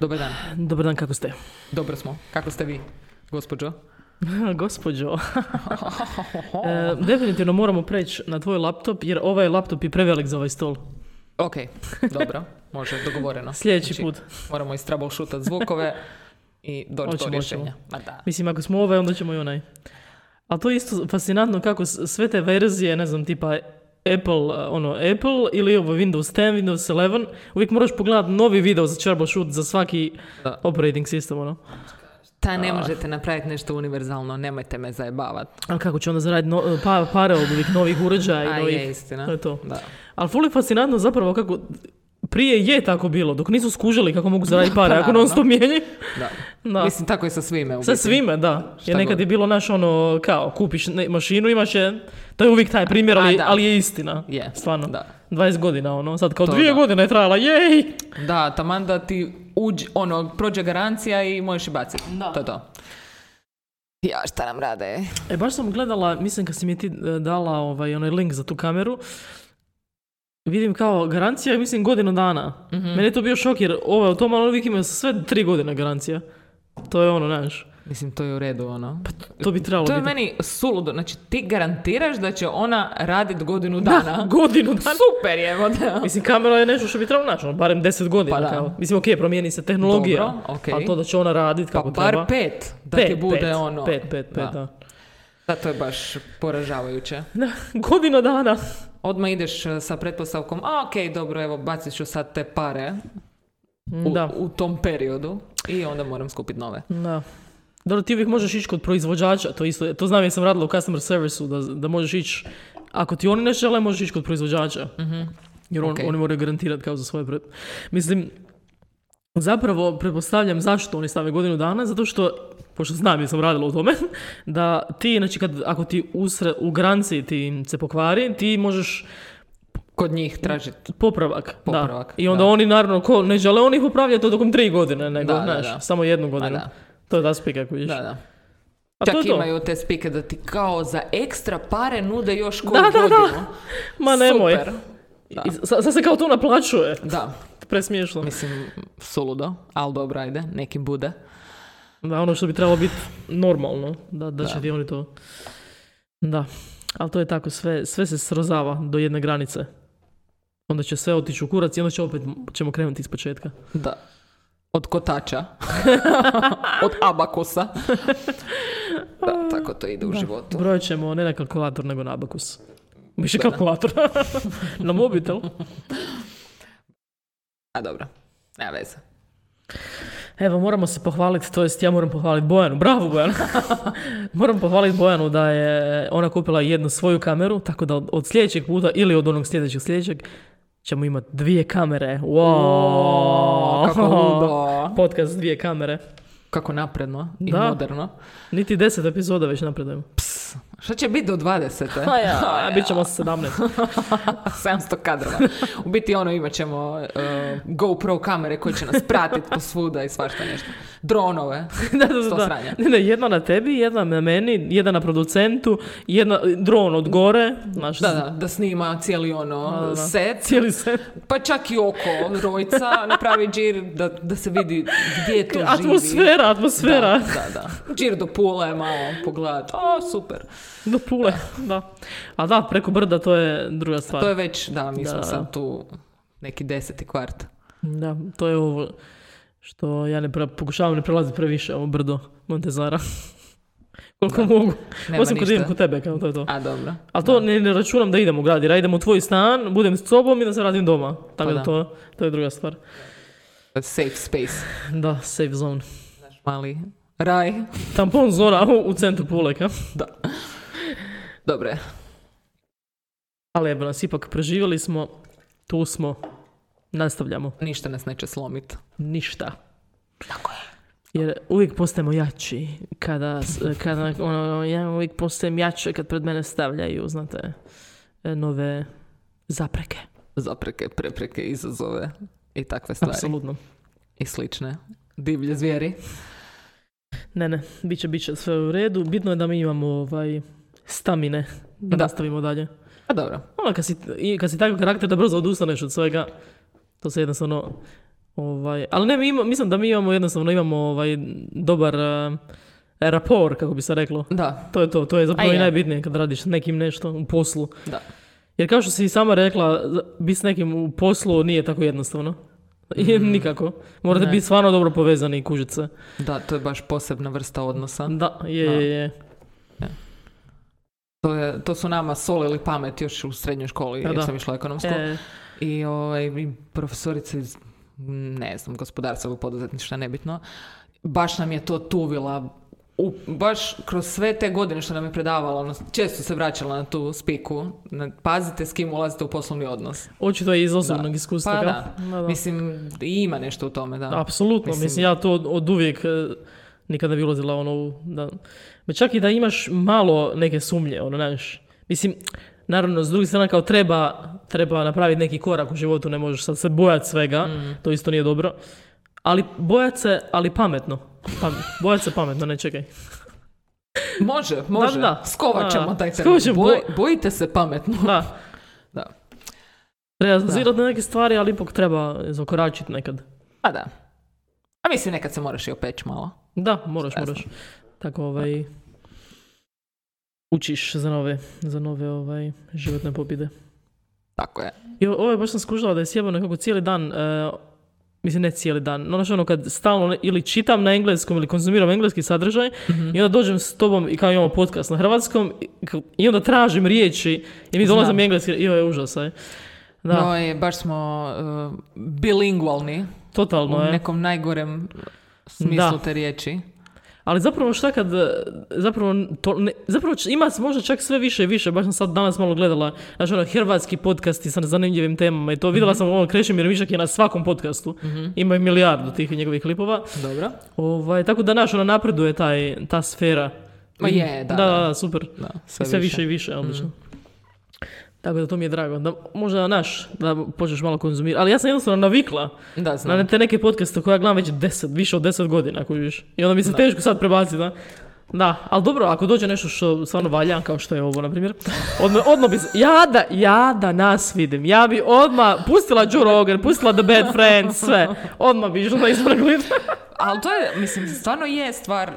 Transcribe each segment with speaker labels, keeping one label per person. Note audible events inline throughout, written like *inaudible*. Speaker 1: Dobar dan.
Speaker 2: Dobar dan, kako ste? *laughs*
Speaker 1: Dobro smo. Kako ste vi, gospođo? *laughs*
Speaker 2: Gospođo, *laughs* e, definitivno moramo preći na tvoj laptop jer ovaj laptop je prevelik za ovaj stol. *laughs*
Speaker 1: ok, dobro. Može, dogovoreno. Znači,
Speaker 2: Sljedeći put.
Speaker 1: Moramo istrablešutati zvukove i doći do
Speaker 2: Hoćemo,
Speaker 1: rješenja.
Speaker 2: hoćemo.
Speaker 1: Ma da.
Speaker 2: Mislim, ako smo ovaj, onda ćemo i onaj. Ali to je isto fascinantno kako s- sve te verzije, ne znam, tipa Apple, eh, ono, Apple ili ovo Windows 10, Windows 11, uvijek moraš pogledati novi video za troubleshoot za svaki
Speaker 1: Da.
Speaker 2: operating system, ono.
Speaker 1: Ta ne možete napraviti nešto univerzalno, nemojte me zajebavat.
Speaker 2: Ali kako će onda zaraditi no, pa, pare od ovih novih uređaja i
Speaker 1: A
Speaker 2: novih...
Speaker 1: je istina.
Speaker 2: To je to.
Speaker 1: Da.
Speaker 2: Ali ful je fascinantno zapravo kako prije je tako bilo, dok nisu skužili kako mogu zaraditi pare,
Speaker 1: Pa,
Speaker 2: ako non
Speaker 1: naravno.
Speaker 2: stop mijenjaju.
Speaker 1: da.
Speaker 2: Da.
Speaker 1: Mislim, tako je sa svime. u
Speaker 2: Sa
Speaker 1: biti.
Speaker 2: svime, da.
Speaker 1: Šta
Speaker 2: Jer nekad
Speaker 1: god.
Speaker 2: je bilo naš ono, kao, kupiš ne- mašinu, imaš je, to je uvijek taj primjer, ali,
Speaker 1: A, da.
Speaker 2: ali je istina.
Speaker 1: Je,
Speaker 2: Stvarno.
Speaker 1: da.
Speaker 2: 20 godina, ono, sad kao
Speaker 1: To
Speaker 2: dvije
Speaker 1: da.
Speaker 2: godine je trajala, jej!
Speaker 1: Da, taman da ti uđ, ono, prođe garancija i možeš i baciti.
Speaker 2: Da.
Speaker 1: To je to. Ja, šta nam rade?
Speaker 2: E, baš sam gledala, mislim kad si mi ti e, dala ovaj, onaj link za tu kameru, vidim kao garancija, mislim godinu dana.
Speaker 1: Mhm.
Speaker 2: Meni je to bio šok jer ovaj automobil uvijek ima sve tri godine garancija. To je ono, znaš,
Speaker 1: Mislim, to je u redu, ono.
Speaker 2: to bi trebalo
Speaker 1: To je
Speaker 2: biti.
Speaker 1: meni suludo. Znači, ti garantiraš da će ona radit godinu
Speaker 2: *laughs* Da,
Speaker 1: dana.
Speaker 2: godinu dana.
Speaker 1: Super je, evo da.
Speaker 2: Mislim, kamera je nešto što bi trebalo naći, ono, barem 10 godina.
Speaker 1: Pa da.
Speaker 2: kao. Mislim, okej, promijeni se tehnologija,
Speaker 1: Dobro, okej.
Speaker 2: ali to da će ona radit
Speaker 1: Pa
Speaker 2: kako
Speaker 1: bar
Speaker 2: treba.
Speaker 1: pet, da ti
Speaker 2: Pet,
Speaker 1: bude
Speaker 2: pet,
Speaker 1: ono.
Speaker 2: Pet, pet, pet, da.
Speaker 1: Da, to je baš poražavajuće.
Speaker 2: Da, *laughs* godinu dana.
Speaker 1: Odmah ideš eh, sa pretpostavkom, a ok, dobro, evo, bacit ću sad te pare u,
Speaker 2: Da,
Speaker 1: u tom periodu i onda moram skupiti nove.
Speaker 2: da. Dobro, ti uvijek možeš ići kod proizvođača, to isto, je- to znam jer sam radila u customer servisu, da, da možeš ići, ako ti oni ne žele, možeš ići kod proizvođača. Jer on,
Speaker 1: Mhm. Ok.
Speaker 2: oni moraju garantirati kao za svoje pre... Mislim, zapravo pretpostavljam zašto oni stave godinu dana, zato što, pošto znam jer sam radila u tome, *laughs* da ti, znači kad, ako ti usre, u granci ti se pokvari, ti možeš
Speaker 1: Kod njih tražiti.
Speaker 2: Popravak,
Speaker 1: Popravak,
Speaker 2: da. I onda
Speaker 1: da.
Speaker 2: oni naravno, ko ne žele oni popravljati to tokom tri godine, nego,
Speaker 1: Da, da,
Speaker 2: znaš,
Speaker 1: da. Pa
Speaker 2: samo jednu godinu.
Speaker 1: da.
Speaker 2: To je da spika kojiš.
Speaker 1: Da, da.
Speaker 2: A
Speaker 1: Čak
Speaker 2: Pa to je to.
Speaker 1: imaju te spike da ti kao za ekstra pare nude još koju
Speaker 2: da, da.
Speaker 1: godinu.
Speaker 2: Ma nemoj.
Speaker 1: Super. Da.
Speaker 2: I sa- Sad se kao to naplaćuje.
Speaker 1: Da,
Speaker 2: Presmiješno.
Speaker 1: mislim, suludo, ali dobro, ajde, nekim bude.
Speaker 2: Da, ono što bi trebalo biti normalno. Da, da će
Speaker 1: Da.
Speaker 2: ti oni to... Da. Ali to je tako, sve, sve se srozava do jedne granice. Onda će sve otići u kurac i onda će opet ćemo krenuti iz početka.
Speaker 1: Da. Od
Speaker 2: *laughs*
Speaker 1: kotača. Od abakusa. Da, tako to ide u životu.
Speaker 2: Brojat ćemo ne na kalkulator nego na abakus. Više kalkulator. *laughs* na mobitel.
Speaker 1: A dobro, nema veze.
Speaker 2: Evo, moramo se pohvaliti, to jest ja moram pohvaliti Bojanu. Bravo, Bojanu! *laughs* moram pohvaliti Bojanu da je ona kupila jednu svoju kameru, tako da od, od sljedećeg puta ili od onog sljedećeg sljedećeg ćemo imati dvije kamere. Wow!
Speaker 1: kako ludo.
Speaker 2: *laughs* Podcast s dvije kamere.
Speaker 1: Kako napredno i
Speaker 2: Da.
Speaker 1: moderno.
Speaker 2: Niti deset epizoda već napredujemo.
Speaker 1: Šta će biti do 20. *laughs*
Speaker 2: Pa *laughs* ja, bit ćemo 17.
Speaker 1: 700 kadrova. U biti ono imat ćemo eh, GoPro kamere koje će nas pratiti posvuda i svašta nešto. Dronove.
Speaker 2: *laughs* da, da,
Speaker 1: Sto
Speaker 2: da.
Speaker 1: sranja.
Speaker 2: Ne, ne, jedna na tebi, jedna na meni, jedna na producentu, jedna, dron od gore, znaš,
Speaker 1: Da, da, da snima cijeli ono
Speaker 2: da, da.
Speaker 1: set.
Speaker 2: cijeli set.
Speaker 1: Pa čak i oko rojca napravi džir da, da se vidi gdje to živi.
Speaker 2: Atmosfera, atmosfera.
Speaker 1: Da, da, da. Džir do Pule je malo pogledat. O, super.
Speaker 2: Do Pule, da. A da, preko brda to je druga stvar.
Speaker 1: To je već, da, mi smo
Speaker 2: Da.
Speaker 1: sad tu neki deseti kvart.
Speaker 2: Da, to je ovo što ja ne pre- pokušavam ne prelaziti previše ovo brdo Montezara. *laughs* Koliko mogu.
Speaker 1: Nema
Speaker 2: Osim kod
Speaker 1: ništa.
Speaker 2: idem kod tebe, kao to je to.
Speaker 1: A, dobro.
Speaker 2: Ali to ne, ne računam da idem u grad, jer ja idem u tvoj stan, budem s sobom i da se radim doma. Tako
Speaker 1: Pa
Speaker 2: da,
Speaker 1: da.
Speaker 2: to, to je druga stvar.
Speaker 1: Safe space.
Speaker 2: Da, safe zone.
Speaker 1: Naš mali raj.
Speaker 2: Tampon zora u, u centru Puleka.
Speaker 1: Da. Dobre.
Speaker 2: Ali evo nas ipak preživjeli smo, tu smo, nastavljamo.
Speaker 1: Ništa nas neće slomit.
Speaker 2: ništa. Tako je. Jer uvijek postajemo jači kada, s- kada ono, ja uvijek postajem jače kad pred mene stavljaju, znate, e, nove zapreke.
Speaker 1: Zapreke, prepreke, izazove i takve stvari.
Speaker 2: Apsolutno.
Speaker 1: I slične. Divlje zvijeri.
Speaker 2: Ne, ne, bit će, bit će sve u redu. Bitno je da mi imamo ovaj, stamine da,
Speaker 1: Da.
Speaker 2: nastavimo dalje.
Speaker 1: A Pa dobro.
Speaker 2: Ono, kad si, i kad si takav karakter da brzo odustaneš od svega, to se jednostavno Ovaj, ali ne, mi ima- mislim da mi imamo jednostavno imamo ovaj, dobar eh, rapor, kako bi se reklo.
Speaker 1: Da,
Speaker 2: To je to, to je zapravo
Speaker 1: A
Speaker 2: i
Speaker 1: je.
Speaker 2: najbitnije kad radiš s nekim nešto u poslu.
Speaker 1: da.
Speaker 2: Jer kao što si i sama rekla, za- biti s nekim u poslu nije tako jednostavno. *laughs* I
Speaker 1: Mm.
Speaker 2: Nikako. Morate biti stvarno dobro povezani i kužit se.
Speaker 1: Da, to je baš posebna vrsta odnosa.
Speaker 2: Da, je, je, je.
Speaker 1: To, je, to su nama solili pamet još u srednjoj školi,
Speaker 2: Pa
Speaker 1: jer
Speaker 2: da.
Speaker 1: sam išla ekonomsku.
Speaker 2: E,
Speaker 1: I ovaj, i profesorica iz, m, ne znam, gospodarstva ili poduzetništva, nebitno, baš nam je to tuvila u, baš kroz sve te godine što nam je predavala, ono, često se vraćala na tu spiku, na, pazite s kim ulazite u poslovni odnos.
Speaker 2: očito je iz osobnog iskustva.
Speaker 1: Pa
Speaker 2: kao.
Speaker 1: da. Mislim, i ima nešto u tome, da.
Speaker 2: Apsolutno, mislim,
Speaker 1: Mislim-
Speaker 2: ja to od, od uvijek eh, nikada bi ulazila ono u- da, Ma čak i da imaš malo neke sumnje, ono, znaš, mislim, naravno, s druge strane, kao treba, treba napraviti neki korak u životu, ne možeš sad se bojati svega, to isto nije dobro, ali bojat se, ali pametno, Pam, bojat se pametno, ne čekaj.
Speaker 1: Može, može.
Speaker 2: Da, da.
Speaker 1: Skovat ćemo
Speaker 2: Da, da.
Speaker 1: taj termin.
Speaker 2: Skovat ćemo.
Speaker 1: Boj- bojite se pametno.
Speaker 2: Da,
Speaker 1: Da.
Speaker 2: treba zazirati na neke stvari, ali ipak treba zakoračiti nekad.
Speaker 1: Pa da. A mislim, nekad se moraš i opeć malo.
Speaker 2: Da, moraš,
Speaker 1: Šta ja
Speaker 2: moraš. Tako ovaj učiš za nove, za nove ovaj, životne pobjede.
Speaker 1: Tako je.
Speaker 2: I ovo je baš sam skužila da je sjebano nekako cijeli dan, e, mislim ne cijeli dan, no znaš ono kad stalno ne- ili čitam na engleskom ili konzumiram engleski sadržaj
Speaker 1: Mhm.
Speaker 2: i onda dođem s tobom i kao imamo podcast na hrvatskom i, kao- i onda tražim riječi i mi dolazim
Speaker 1: Znam.
Speaker 2: engleski i ovo je užasaj. Da,
Speaker 1: No, je, baš smo uh, bilingualni
Speaker 2: totalno e.
Speaker 1: u
Speaker 2: je.
Speaker 1: nekom najgorem smislu
Speaker 2: Da.
Speaker 1: te riječi.
Speaker 2: Ali zapravo šta kad, e, zapravo, to ne- zapravo č- ima možda čak sve više i više, baš sam sad danas malo gledala, znaš ono, hrvatski podcasti sa zanimljivim temama i to, vidjela sam ono, Krešimir Višak je na svakom podcastu, ima i milijardu tih njegovih klipova,
Speaker 1: Dobro.
Speaker 2: ovaj, tako da naš ono napreduje taj, ta sfera.
Speaker 1: Ma je, da,
Speaker 2: Da,
Speaker 1: da.
Speaker 2: super.
Speaker 1: Da,
Speaker 2: sve, više. i više, odlično. Tako da to mi je drago, da možda naš, da počneš malo konzumirati, ali ja sam jednostavno navikla
Speaker 1: Da, znam.
Speaker 2: na te neke podcaste koje ja gledam već 10, više od 10 godina, kužiš. I onda mi se teško sad prebaciti, da. Da, ali dobro, ako dođe nešto što stvarno valja, kao što je ovo, na primjer, odmah, odmah bi, se- ja da, ja da nas vidim, ja bi odmah pustila Joe Rogan, pustila The Bad Friends, sve, odmah bi išla na izbornog lista.
Speaker 1: Ali to je, mislim, stvarno je stvar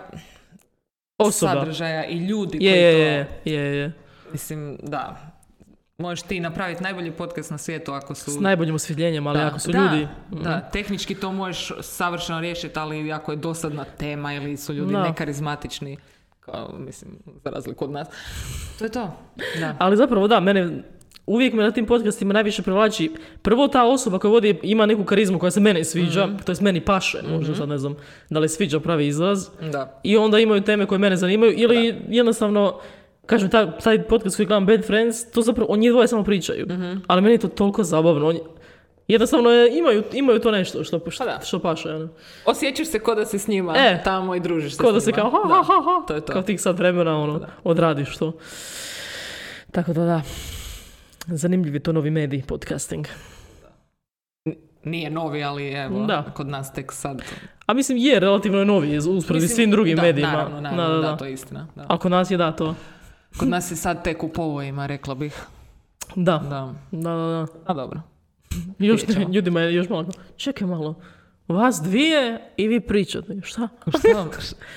Speaker 2: Osoba.
Speaker 1: sadržaja i ljudi
Speaker 2: Je,
Speaker 1: koji
Speaker 2: je,
Speaker 1: to...
Speaker 2: je, je, je.
Speaker 1: Mislim, da. Možeš ti napraviti najbolji podcast na svijetu ako su...
Speaker 2: S najboljim osvjetljenjem, ali
Speaker 1: Da,
Speaker 2: ako su
Speaker 1: da,
Speaker 2: ljudi... Mhm.
Speaker 1: Da, tehnički to možeš savršeno riješiti, ali ako je dosadna tema ili su ljudi
Speaker 2: Da.
Speaker 1: nekarizmatični, kao, mislim, za razliku od nas, to je to. Da.
Speaker 2: Ali zapravo da, mene uvijek me na tim podcastima najviše privlači prvo ta osoba koja vodi ima neku karizmu koja se meni sviđa,
Speaker 1: Mm.
Speaker 2: to jest meni paše, možda
Speaker 1: Mm-hmm.
Speaker 2: sad ne znam da li sviđa pravi izraz.
Speaker 1: Da.
Speaker 2: I onda imaju teme koje mene zanimaju ili jednostavno Kažem, taj, taj podcast koji gledam Bad Friends, to zapravo, on njih dvoje samo pričaju.
Speaker 1: Mhm.
Speaker 2: Ali meni je to toliko zabavno. On, jednostavno je- imaju, imaju to nešto što,
Speaker 1: Pa
Speaker 2: što,
Speaker 1: da.
Speaker 2: što paše. Ono.
Speaker 1: Osjećaš se ko da se s njima
Speaker 2: E,
Speaker 1: tamo i družiš se
Speaker 2: Ko da
Speaker 1: s
Speaker 2: se
Speaker 1: njima.
Speaker 2: kao ha,
Speaker 1: Da.
Speaker 2: ha, ha, ha,
Speaker 1: to je to.
Speaker 2: kao tih sat vremena ono, odradiš to. Tako da da, zanimljiv je to novi medij, podcasting.
Speaker 1: Nije novi, ali evo,
Speaker 2: Da.
Speaker 1: kod nas tek sad.
Speaker 2: A mislim je relativno je novi uspredi
Speaker 1: Mislim,
Speaker 2: svim drugim
Speaker 1: da,
Speaker 2: medijima.
Speaker 1: Naravno, naravno,
Speaker 2: da,
Speaker 1: da,
Speaker 2: da,
Speaker 1: to je istina. Da.
Speaker 2: A kod nas je da to.
Speaker 1: Kod nas je sad tek u povojima, rekla bih.
Speaker 2: Da,
Speaker 1: Da,
Speaker 2: da, da. da.
Speaker 1: a dobro.
Speaker 2: Još,
Speaker 1: Vidjet ćemo.
Speaker 2: *laughs* ljudima je još malo, čekaj malo, vas dvije i vi pričate, šta?
Speaker 1: Pa
Speaker 2: *laughs*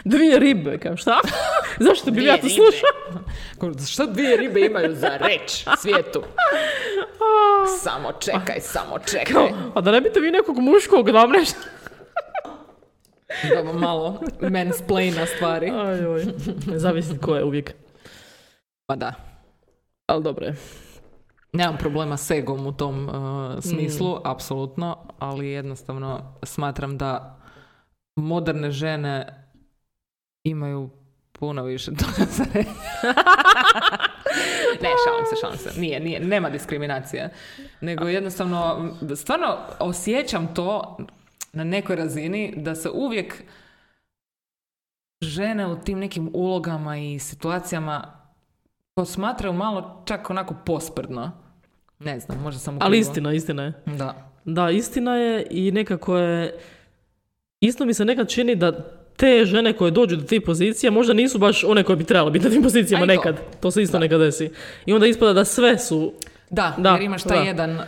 Speaker 2: Dvije ribe, kao šta? *laughs* Zašto bi
Speaker 1: Dvije
Speaker 2: ja to
Speaker 1: ribe.
Speaker 2: slušao?
Speaker 1: Ko- Šta dvije ribe imaju za reč
Speaker 2: *laughs*
Speaker 1: svijetu? Samo čekaj, samo čekaj.
Speaker 2: A da ne bite vi nekog muškog nam nešto? *laughs*
Speaker 1: Dobro, malo mansplaina stvari.
Speaker 2: Aj, oj. Zavisi ko je uvijek.
Speaker 1: Pa da,
Speaker 2: Ali dobro je.
Speaker 1: nemam problema s egom u tom uh, smislu,
Speaker 2: Mm.
Speaker 1: apsolutno, ali jednostavno smatram da moderne žene imaju puno više *laughs* toga za reći. ne, šalim se, šalim se. Nije, nije, nema diskriminacije. Nego jednostavno, stvarno osjećam to na nekoj razini da se uvijek žene u tim nekim ulogama i situacijama posmatraju malo čak onako posprdno. Ne znam, možda sam u
Speaker 2: Ali
Speaker 1: krivu.
Speaker 2: istina, istina je.
Speaker 1: Da.
Speaker 2: Da, istina je i nekako je... Isto mi se nekad čini da te žene koje dođu do tih pozicija možda nisu baš one koje bi trebale biti na tim pozicijama
Speaker 1: A i to.
Speaker 2: nekad. To se isto nekad desi. I onda ispada da sve su
Speaker 1: Da,
Speaker 2: Da,
Speaker 1: jer imaš taj
Speaker 2: da.
Speaker 1: jedan, uh,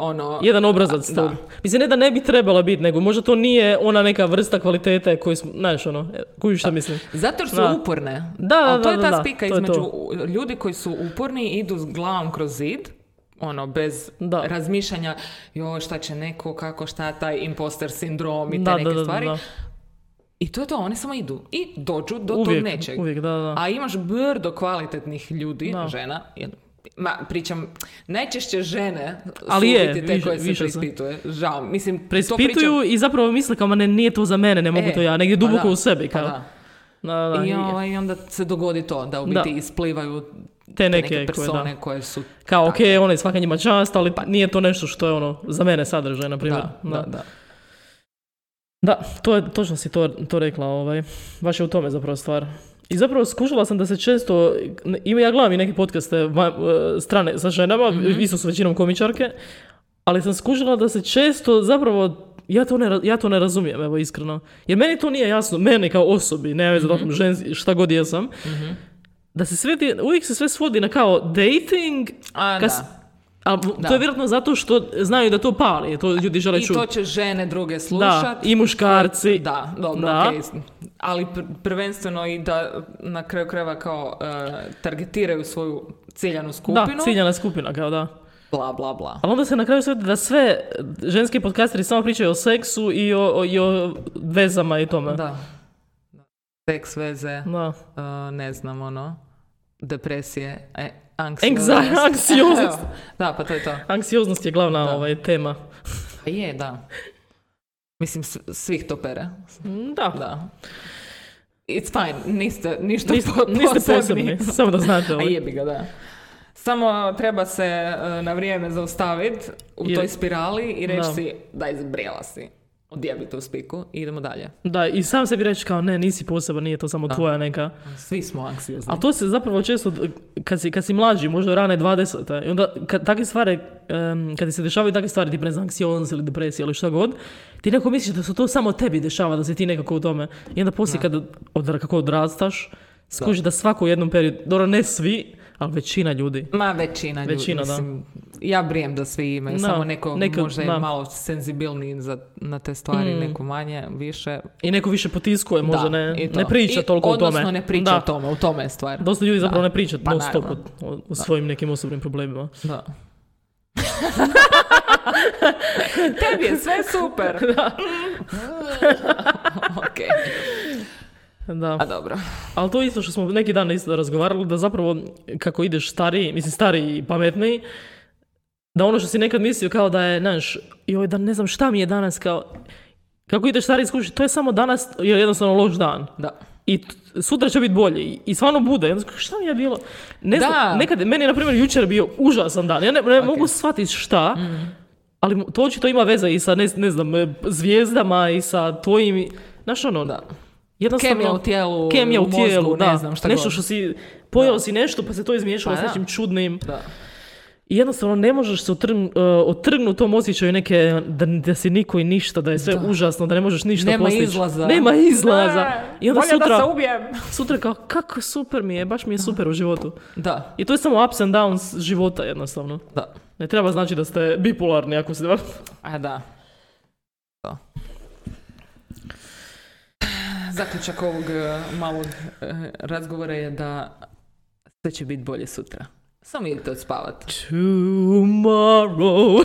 Speaker 1: ono...
Speaker 2: Jedan obrazac
Speaker 1: Da.
Speaker 2: tog. Mislim, ne da ne bi trebala biti, nego možda to nije ona neka vrsta kvalitete koju smo, znaš ono, e, kužiš šta mislim.
Speaker 1: Zato što su
Speaker 2: Da.
Speaker 1: uporne.
Speaker 2: Da,
Speaker 1: Ali
Speaker 2: da,
Speaker 1: to je
Speaker 2: da,
Speaker 1: ta
Speaker 2: da,
Speaker 1: spika
Speaker 2: to je
Speaker 1: između
Speaker 2: to.
Speaker 1: ljudi koji su uporni i idu s glavom kroz zid, ono, bez
Speaker 2: Da.
Speaker 1: razmišljanja, joj, šta će neko, kako, šta, taj imposter sindrom i te
Speaker 2: Da,
Speaker 1: neke
Speaker 2: da, da,
Speaker 1: stvari.
Speaker 2: da.
Speaker 1: I to je to, oni samo idu. I dođu do
Speaker 2: Uvijek,
Speaker 1: tog nečeg.
Speaker 2: uvijek, da, da.
Speaker 1: A imaš brdo kvalitetnih ljudi,
Speaker 2: Da.
Speaker 1: žena, jer- Ma, pričam, najčešće žene su
Speaker 2: Ali
Speaker 1: u
Speaker 2: je,
Speaker 1: biti te
Speaker 2: više-
Speaker 1: koje se
Speaker 2: više su.
Speaker 1: preispituje. Žao, mislim, to pričam-
Speaker 2: Preispituju i zapravo misle kao, ma ne, nije to za mene, ne mogu
Speaker 1: E,
Speaker 2: to ja, negdje
Speaker 1: pa
Speaker 2: duboko
Speaker 1: da,
Speaker 2: u sebi.
Speaker 1: pa
Speaker 2: Kao.
Speaker 1: da.
Speaker 2: Da, da,
Speaker 1: I,
Speaker 2: Pa i-
Speaker 1: ovaj, I onda se dogodi to, da u
Speaker 2: Da.
Speaker 1: biti isplivaju
Speaker 2: te
Speaker 1: neke,
Speaker 2: neke, koje, da.
Speaker 1: persone koje, su...
Speaker 2: Kao, ok, ono je svaka njima čast, ali pa nije to nešto što je ono, za mene sadržaj, na primjer.
Speaker 1: Da, da, da.
Speaker 2: Da, to je, točno si to, to rekla, ovaj. baš je u tome zapravo stvar. I zapravo skušala sam da se često, ima ja gledam i neke podcaste va- e, strane sa ženama,
Speaker 1: Mhm.
Speaker 2: isto su većinom komičarke, ali sam skužila da se često zapravo, ja to ne, ra- ja to ne razumijem, evo iskreno. Jer meni to nije jasno, meni kao osobi, ne
Speaker 1: Mhm.
Speaker 2: veze mm ženski, šta god jesam, da se sve, ti- uvijek se sve svodi na kao dating,
Speaker 1: A,
Speaker 2: kas-
Speaker 1: da.
Speaker 2: a
Speaker 1: Da.
Speaker 2: to je vjerojatno zato što znaju da to pali, to ljudi žele
Speaker 1: I
Speaker 2: čuti.
Speaker 1: to će žene druge
Speaker 2: Da,
Speaker 1: slušat.
Speaker 2: i muškarci.
Speaker 1: Da, dobro,
Speaker 2: Da.
Speaker 1: okej. Ali pr- prvenstveno i da na kraju krajeva kao e, targetiraju svoju ciljanu skupinu.
Speaker 2: Da, ciljana skupina, kao da.
Speaker 1: Bla, bla, bla.
Speaker 2: Ali onda se na kraju sveti da sve e, ženski podcasteri samo pričaju o seksu i o, o- i o vezama i tome.
Speaker 1: Da. Seks veze,
Speaker 2: Da.
Speaker 1: e, ne znam, ono, depresije, e,
Speaker 2: Anxi-
Speaker 1: anksioznost.
Speaker 2: anksioznost.
Speaker 1: Evo, da, pa to je to.
Speaker 2: Anksioznost je glavna
Speaker 1: Da.
Speaker 2: ovaj, tema.
Speaker 1: Pa je, da. Mislim, s- svih to pere.
Speaker 2: Mm, Da.
Speaker 1: Da. It's fine, niste, ništa
Speaker 2: Niste,
Speaker 1: po-
Speaker 2: niste
Speaker 1: posebni.
Speaker 2: posebni, samo da
Speaker 1: *laughs*
Speaker 2: znate.
Speaker 1: A
Speaker 2: Ovaj.
Speaker 1: jebi ga, da. Samo treba se e, na vrijeme zaustaviti u
Speaker 2: Jer-
Speaker 1: toj spirali i reći
Speaker 2: Da.
Speaker 1: si daj zbrela si. Odjebi tu spiku i idemo dalje.
Speaker 2: Da, i sam sebi reći kao ne, nisi poseban, nije to samo tvoja neka.
Speaker 1: Svi smo anksiozni.
Speaker 2: Ali to se zapravo često, kad si, kad si mlađi, možda rane 20. I onda kad, takve stvari, em, kad ti se dešavaju takve stvari, ti ne znam, anksioznost ili depresija ili šta god, ti nekako misliš da se to samo tebi dešava, da si ti nekako u tome. I onda poslije kad od, kako odrastaš, skuži da. svako u jednom periodu, dobro ne svi, ali većina ljudi.
Speaker 1: Ma većina ljudi.
Speaker 2: Većina, da.
Speaker 1: mislim, Ja brijem da svi imaju,
Speaker 2: Da,
Speaker 1: samo neko,
Speaker 2: neko-
Speaker 1: možda je
Speaker 2: da. Mm.
Speaker 1: malo senzibilniji za, na te stvari, neko manje, više.
Speaker 2: I neko više potiskuje, možda
Speaker 1: Da,
Speaker 2: ne,
Speaker 1: i to.
Speaker 2: ne priča
Speaker 1: I-
Speaker 2: toliko o tome.
Speaker 1: Odnosno ne priča
Speaker 2: Da.
Speaker 1: o tome, u tome je stvar.
Speaker 2: Dosta ljudi zapravo ne priča
Speaker 1: Pa
Speaker 2: non stop
Speaker 1: naravno.
Speaker 2: o, o- o svojim nekim osobnim problemima. *laughs*
Speaker 1: Da. Tebi je sve
Speaker 2: *laughs*
Speaker 1: super. *laughs* ok.
Speaker 2: Da.
Speaker 1: A dobro.
Speaker 2: Ali to isto što smo neki dan isto razgovarali, da zapravo kako ideš stariji, mislim stariji i pametniji, da ono što si nekad mislio kao da je, znaš, joj, da ne znam šta mi je danas kao, kako ideš stariji skuši, to je samo danas, je jednostavno loš dan.
Speaker 1: Da.
Speaker 2: I t- sutra će biti bolje. I, i stvarno bude. Ja znam, šta mi je bilo? Ne znam,
Speaker 1: Da.
Speaker 2: nekad, meni je, na primjer, jučer bio užasan dan. Ja ne, ne mogu shvatiti šta,
Speaker 1: Mhm.
Speaker 2: ali mu- to očito ima veze i sa, ne, ne znam, e, zvijezdama i sa tvojim... Znaš ono, da. jednostavno...
Speaker 1: Kemija u tijelu,
Speaker 2: Kemija
Speaker 1: u
Speaker 2: u
Speaker 1: mozgu,
Speaker 2: tijelu,
Speaker 1: ne
Speaker 2: da.
Speaker 1: znam šta
Speaker 2: Nešto
Speaker 1: god.
Speaker 2: što si... Pojeo si nešto pa se to izmiješalo
Speaker 1: Pa
Speaker 2: s
Speaker 1: da.
Speaker 2: nečim čudnim.
Speaker 1: Da.
Speaker 2: I jednostavno ne možeš se otrgn, e, otrgnut tom osjećaju neke, da, da si niko i ništa, da je sve užasno, da ne možeš ništa
Speaker 1: Nema
Speaker 2: postići.
Speaker 1: izlaza.
Speaker 2: Nema izlaza. I onda
Speaker 1: Bolje
Speaker 2: sutra,
Speaker 1: da se ubijem.
Speaker 2: sutra kao kako super mi je, baš mi je super u životu.
Speaker 1: Da,
Speaker 2: I to je samo ups and downs života jednostavno.
Speaker 1: da.
Speaker 2: Ne treba znači da ste bipolarni ako ste...
Speaker 1: A da. To. Zaključak ovog eh, malog eh, razgovora je da sve će biti bolje sutra. Samo idite odspavati. *laughs*
Speaker 2: Tomorrow.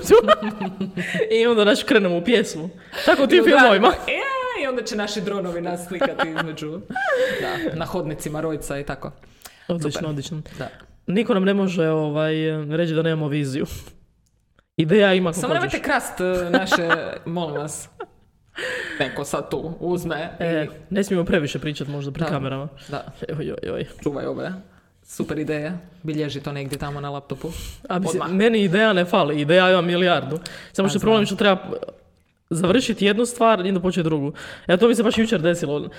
Speaker 2: I onda naš krenemo u pjesmu. Tako u tim filmovima.
Speaker 1: E, I onda će naši dronovi nas slikati
Speaker 2: *laughs*
Speaker 1: između. Da, na hodnicima rojca i tako.
Speaker 2: Odlično, odlično.
Speaker 1: Da.
Speaker 2: Niko nam ne može ovaj, reći da nemamo viziju. Ideja ima ako
Speaker 1: Samo
Speaker 2: hoćeš.
Speaker 1: nemojte krast eh, naše, molim vas. Neko sad tu uzme.
Speaker 2: E,
Speaker 1: I,
Speaker 2: ne smijemo previše pričati možda pred
Speaker 1: Da.
Speaker 2: kamerama.
Speaker 1: da,
Speaker 2: Joj, joj, joj.
Speaker 1: čuvaj ove super ideje. Bilježi to negdje tamo na laptopu.
Speaker 2: A mislim,
Speaker 1: Odmah.
Speaker 2: meni ideja ne fali, ideja ima milijardu. Samo što je problem što treba završiti jednu stvar i onda početi drugu. Evo to mi se baš jučer desilo.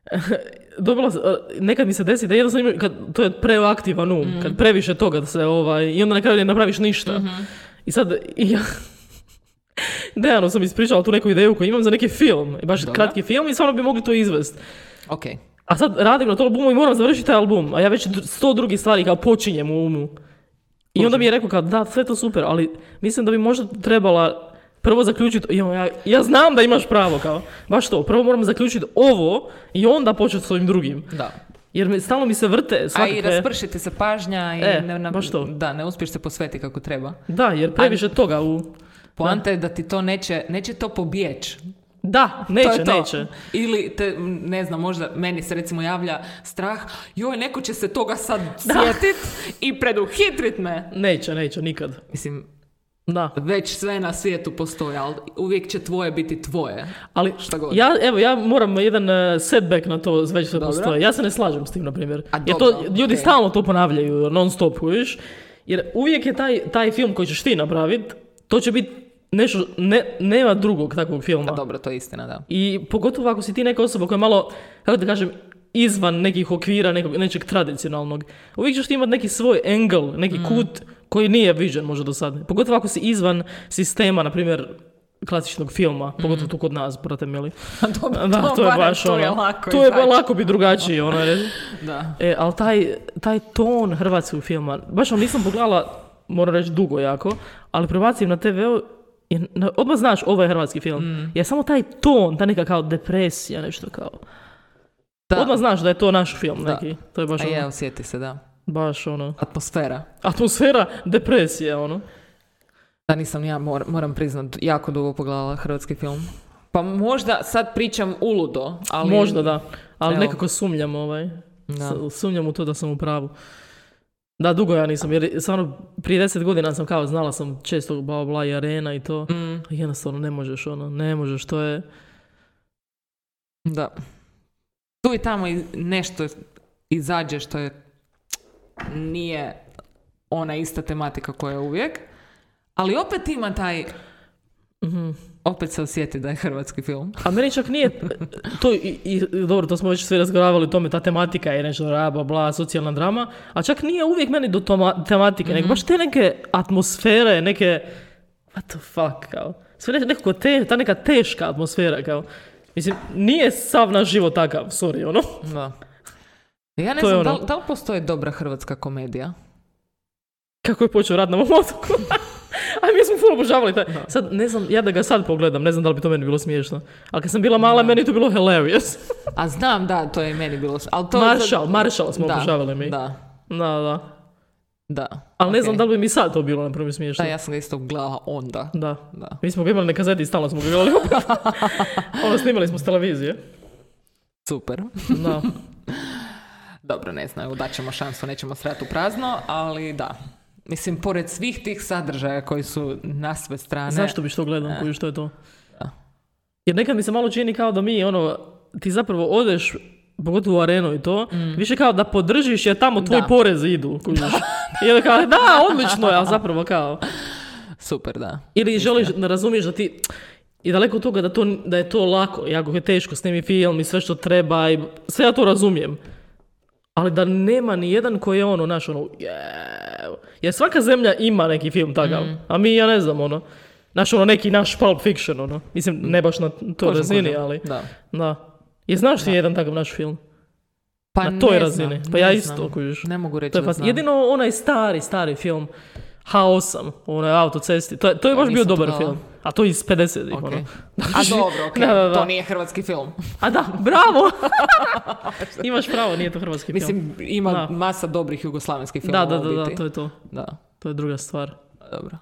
Speaker 2: *laughs* Dobila, sam- nekad mi se desi da jednostavno imam- kad, to je preaktivan um, kad previše toga se ovaj, i onda na kraju ne napraviš ništa. I sad, i ja, *laughs* Dejanu sam ispričala tu neku ideju koju imam za neki film, i baš
Speaker 1: Dobro.
Speaker 2: kratki film i stvarno bi mogli to izvest.
Speaker 1: Ok.
Speaker 2: A sad radim na tom albumu i moram završiti taj album, a ja već dr- sto drugih stvari kao počinjem u umu. I onda mi je rekao kao, da, sve to super, ali mislim da bi možda trebala prvo zaključiti, ja, ja, ja znam da imaš pravo, kao, baš to, prvo moram zaključiti ovo i onda početi s ovim drugim.
Speaker 1: Da.
Speaker 2: Jer mi, stalno mi se vrte
Speaker 1: A i
Speaker 2: svakakve...
Speaker 1: raspršiti se pažnja i
Speaker 2: E,
Speaker 1: ne, na-
Speaker 2: baš to.
Speaker 1: da, ne uspiješ se posvetiti kako treba.
Speaker 2: Da, jer previše toga u...
Speaker 1: Poanta je da ti to neće, neće to pobjeć.
Speaker 2: Da,
Speaker 1: to
Speaker 2: neće,
Speaker 1: je to.
Speaker 2: neće.
Speaker 1: Ili, te, m, ne znam, možda meni se recimo javlja strah, joj, neko će se toga sad sjetit i preduhitrit me.
Speaker 2: Neće, neće, nikad.
Speaker 1: Mislim,
Speaker 2: Da.
Speaker 1: već sve na svijetu postoji, ali uvijek će tvoje biti tvoje.
Speaker 2: Ali,
Speaker 1: Šta god.
Speaker 2: ja, evo, ja moram jedan eh, setback na to već što
Speaker 1: Dobro.
Speaker 2: postoji. Ja se ne slažem s tim, na primjer.
Speaker 1: A
Speaker 2: Jer
Speaker 1: dobro,
Speaker 2: to, ljudi
Speaker 1: ok.
Speaker 2: stalno to ponavljaju, non stop, kužiš. Jer uvijek je taj, taj film koji ćeš ti napravit, to će biti nešto, ne, nema drugog takvog filma.
Speaker 1: A dobro, to je istina, da.
Speaker 2: I pogotovo ako si ti neka osoba koja je malo, kako da kažem, izvan nekih okvira, nekog, nečeg tradicionalnog. Uvijek ćeš ti imati neki svoj angle, neki
Speaker 1: Mm.
Speaker 2: kut koji nije viđen možda do sad. Pogotovo ako si izvan sistema, na primjer, klasičnog filma, pogotovo tu kod nas, brate mili.
Speaker 1: dobro,
Speaker 2: Da, to je
Speaker 1: barem
Speaker 2: baš
Speaker 1: Mm. to je
Speaker 2: ono,
Speaker 1: lako
Speaker 2: to je
Speaker 1: izaći.
Speaker 2: lako bi
Speaker 1: *laughs*
Speaker 2: drugačije, ono, reći.
Speaker 1: Da.
Speaker 2: E, ali taj, taj ton hrvatskog filma, baš vam nisam pogledala, moram reći dugo jako, ali prebacim na TV-u i na- odmah znaš ovo je hrvatski film.
Speaker 1: Mm.
Speaker 2: Jer samo taj ton, ta neka kao depresija, nešto kao.
Speaker 1: Da.
Speaker 2: Odmah znaš da je to naš film neki. To je baš
Speaker 1: A
Speaker 2: ono,
Speaker 1: je, osjeti se, da.
Speaker 2: baš ono.
Speaker 1: Atmosfera.
Speaker 2: Atmosfera depresije, ono.
Speaker 1: Da, nisam ni ja, mor- moram priznat, jako dugo pogledala hrvatski film. Pa možda sad pričam uludo, ali...
Speaker 2: Možda da, ali
Speaker 1: Evo.
Speaker 2: nekako sumnjam ovaj.
Speaker 1: Da.
Speaker 2: S- Sumnjam u to da sam u pravu. Da, dugo ja nisam, jer stvarno prije deset godina sam kao, znala sam često bla bla i arena i to.
Speaker 1: Mm,
Speaker 2: A Pa Jednostavno ne možeš ono, ne možeš, to je...
Speaker 1: da. Tu i tamo i- nešto izađe što je... Nije ona ista tematika koja je uvijek. Ali opet ima taj...
Speaker 2: Mhm.
Speaker 1: Opet se osjeti da je hrvatski film.
Speaker 2: A meni čak nije, to i, i- dobro, to smo već sve razgovarali o tome, ta tematika je nešto raba, bla, socijalna drama, a čak nije uvijek meni do toma- tematike, nego baš te neke atmosfere, neke, what the fuck, kao, sve ne- nekako te, ta neka teška atmosfera, kao, mislim, nije sav naš život takav, sorry, ono, *laughs*
Speaker 1: Da. Ja ne
Speaker 2: To je
Speaker 1: znam, da
Speaker 2: ono.
Speaker 1: li, da li postoji dobra hrvatska komedija?
Speaker 2: kako je počeo rad na mom otoku. *laughs* A mi smo full obožavali taj. Sad, ne znam, ja da ga sad pogledam, ne znam da li bi to meni bilo smiješno. Ali kad sam bila mala, meni je to bilo hilarious.
Speaker 1: A znam, da, to je i meni bilo... Ali to
Speaker 2: Maršal, Maršala smo
Speaker 1: Da,
Speaker 2: obožavali mi.
Speaker 1: Da,
Speaker 2: Da, da.
Speaker 1: da.
Speaker 2: Ali ne znam
Speaker 1: Okej.
Speaker 2: da li bi mi sad to bilo na prvi smiješno.
Speaker 1: Da, Pa ja sam ga isto gledala onda.
Speaker 2: Da.
Speaker 1: Da.
Speaker 2: Mi smo ga imali na kazeti i stalno smo ga
Speaker 1: *laughs*
Speaker 2: gledali opet. ono, snimali smo s televizije.
Speaker 1: Super.
Speaker 2: Da.
Speaker 1: Dobro, ne znam, evo, dat ćemo šansu, nećemo srati u prazno, ali da. Mislim, pored svih tih sadržaja koji su na sve strane...
Speaker 2: Zašto biš to gledao?
Speaker 1: Ne.
Speaker 2: Kužiš, što je to?
Speaker 1: Da.
Speaker 2: Jer nekad mi se malo čini kao da mi, ono, ti zapravo odeš pogotovo u arenu i to, više kao da podržiš jer tamo tvoji
Speaker 1: Mm. Da.
Speaker 2: porezi idu, kužiš.
Speaker 1: *laughs*
Speaker 2: I onda kao, da, odlično je, ali zapravo kao,
Speaker 1: Super, da.
Speaker 2: Ili želiš da razumiješ da ti... I daleko od toga da, to, da je to lako, jako je teško, snimi film i sve što treba i sve ja to razumijem. Ali da nema ni jedan koji je ono, naš ono, "Jeeev." jer svaka zemlja ima neki film takav, a mi ja ne znam ono, naš ono neki naš Pulp Fiction ono, mislim ne baš na toj
Speaker 1: Kužim,
Speaker 2: razini,
Speaker 1: kužim.
Speaker 2: ali
Speaker 1: Da.
Speaker 2: da. Je znaš ti jedan takav naš film?
Speaker 1: Pa
Speaker 2: na toj
Speaker 1: ne
Speaker 2: razini.
Speaker 1: znam,
Speaker 2: pa ja
Speaker 1: ne
Speaker 2: isto,
Speaker 1: znam.
Speaker 2: kužiš.
Speaker 1: Ne mogu reći
Speaker 2: To je
Speaker 1: da
Speaker 2: fas-
Speaker 1: znam.
Speaker 2: Jedino onaj stari, stari film H8, onaj autocesti, to je, to je baš bio
Speaker 1: nisam
Speaker 2: dobar
Speaker 1: pogledala.
Speaker 2: film. A to je iz 50-ih,
Speaker 1: Ok.
Speaker 2: ono.
Speaker 1: A dobro, okej,
Speaker 2: *laughs* Da, da, da.
Speaker 1: to nije hrvatski film.
Speaker 2: A da, bravo! *laughs* Imaš pravo, nije to hrvatski film.
Speaker 1: Mislim, ima
Speaker 2: Da.
Speaker 1: masa dobrih jugoslavenskih
Speaker 2: Da,
Speaker 1: filmova
Speaker 2: da, da,
Speaker 1: u
Speaker 2: da,
Speaker 1: biti.
Speaker 2: to je to.
Speaker 1: Da.
Speaker 2: To je druga stvar.
Speaker 1: Dobro.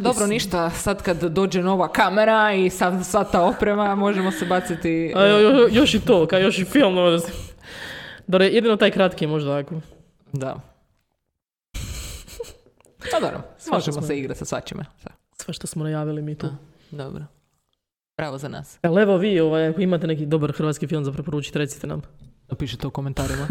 Speaker 1: Dobro, ništa. Sad kad dođe nova kamera i sad, sva ta oprema, možemo se baciti...
Speaker 2: A, E, jo- jo- još i to, kao još i film. ono, Dobro, jedino taj kratki možda ako.
Speaker 1: *laughs* Da. Pa dobro,
Speaker 2: Svašta
Speaker 1: možemo
Speaker 2: smo.
Speaker 1: se igrati sa svačime. Sa-
Speaker 2: Sve što smo najavili mi tu.
Speaker 1: Da. Dobro. Bravo za nas.
Speaker 2: Ali evo vi, ovaj, ako imate neki dobar hrvatski film za preporučiti, recite nam.
Speaker 1: Napišite u komentarima.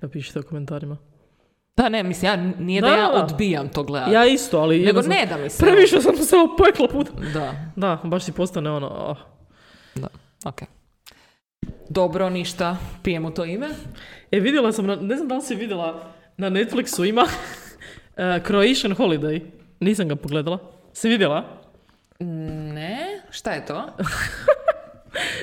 Speaker 2: Napišite u komentarima.
Speaker 1: *laughs* da, ne, mislim, ja, nije da,
Speaker 2: Da.
Speaker 1: ja odbijam to gledati.
Speaker 2: Ja isto, ali...
Speaker 1: Nego
Speaker 2: jednostavno-
Speaker 1: ne da mi se...
Speaker 2: Previše sam se opekla puta.
Speaker 1: Da,
Speaker 2: Da, baš ti postane ono... ah.
Speaker 1: ok. Dobro, ništa. Pijemo to ime.
Speaker 2: E, vidjela sam, na- ne znam da li si vidjela, na Netflixu ima *laughs* eh, Croatian Holiday. Nisam ga pogledala. Si vidjela?
Speaker 1: Ne, šta je to?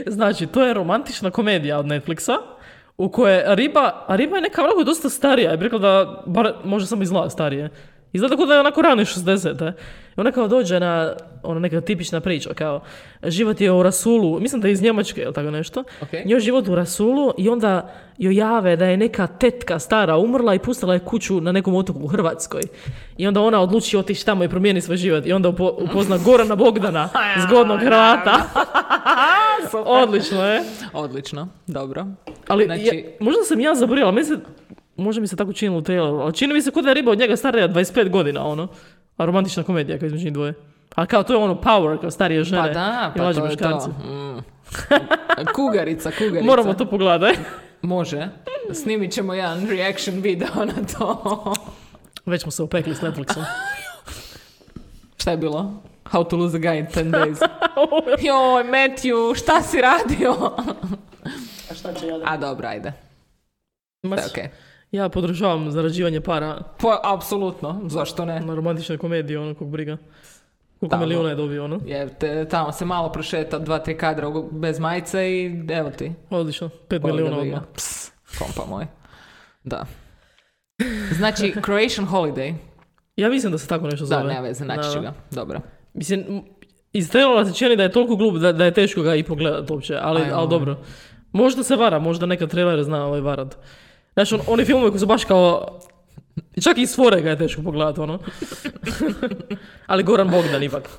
Speaker 2: Znači, to je romantična komedija od Netflixa u u kojoj je riba, a riba je neka onako dosta starija, ja bih rekla da, bar može samo izgleda starije. Izgleda kao da je onako rani 60 I ona kao dođe na, ona neka tipična priča, kao, život je u Rasulu, mislim da je iz Njemačke ili tako nešto.
Speaker 1: Ok.
Speaker 2: Njoj život u Rasulu i onda joj jave da je neka tetka stara umrla i pustila je kuću na nekom otoku u Hrvatskoj. I onda ona odluči otići tamo i promijeni svoj život. I onda upo- upozna Gorana Bogdana, zgodnog Hrvata. Odlično e. je.
Speaker 1: *laughs* Odlično, dobro.
Speaker 2: Ali
Speaker 1: Znači-
Speaker 2: ja- možda sam ja zaboravila, meni se, možda mi se tako činilo u traileru, ali čini mi se kod da je riba od njega starija 25 godina, ono. A romantična komedija kao između njih dvoje. A kao to je ono power, kao starije žene.
Speaker 1: Pa da,
Speaker 2: i
Speaker 1: pa
Speaker 2: mlađi
Speaker 1: to je to.
Speaker 2: muškarci.
Speaker 1: *laughs* Mm. Kugarica, kugarica.
Speaker 2: Moramo to pogledati.
Speaker 1: Može. Snimit ćemo jedan reaction video na to.
Speaker 2: *laughs* Već smo se opekli s
Speaker 1: *laughs*
Speaker 2: Netflixom.
Speaker 1: Šta je bilo? How to lose a guy in 10
Speaker 2: *laughs*
Speaker 1: days. Joj, Matthew, šta si radio?
Speaker 2: A šta će
Speaker 1: A dobro, ajde. To je okej.
Speaker 2: Ja podržavam zarađivanje para
Speaker 1: Po, apsolutno, zašto ne?
Speaker 2: na romantičnoj komediji, ono kog briga. Koliko
Speaker 1: Tamo.
Speaker 2: milijuna je dobio, ono.
Speaker 1: Jer te, tamo se malo prošeta dva, tri kadra u- bez majice i evo ti.
Speaker 2: Odlično, 5
Speaker 1: Boli ga
Speaker 2: milijuna
Speaker 1: briga.
Speaker 2: odmah.
Speaker 1: Ps, kompa moj. Da. Znači, Croatian Holiday.
Speaker 2: Ja mislim da se tako nešto
Speaker 1: Da,
Speaker 2: zove.
Speaker 1: ne veze, znači naći
Speaker 2: Da,
Speaker 1: ću
Speaker 2: da.
Speaker 1: ga. Dobro.
Speaker 2: Mislim, m, iz trailera se čini da je toliko glup da, da je teško ga i pogledat uopće, ali,
Speaker 1: Ajmo.
Speaker 2: ali dobro. Možda se vara, možda neka trailer zna ovaj varat. Znači, on, oni filmovi koji su baš kao... Čak i iz Stvore ga je teško
Speaker 1: *laughs*
Speaker 2: pogledat, ono. ali Goran Bogdan ipak.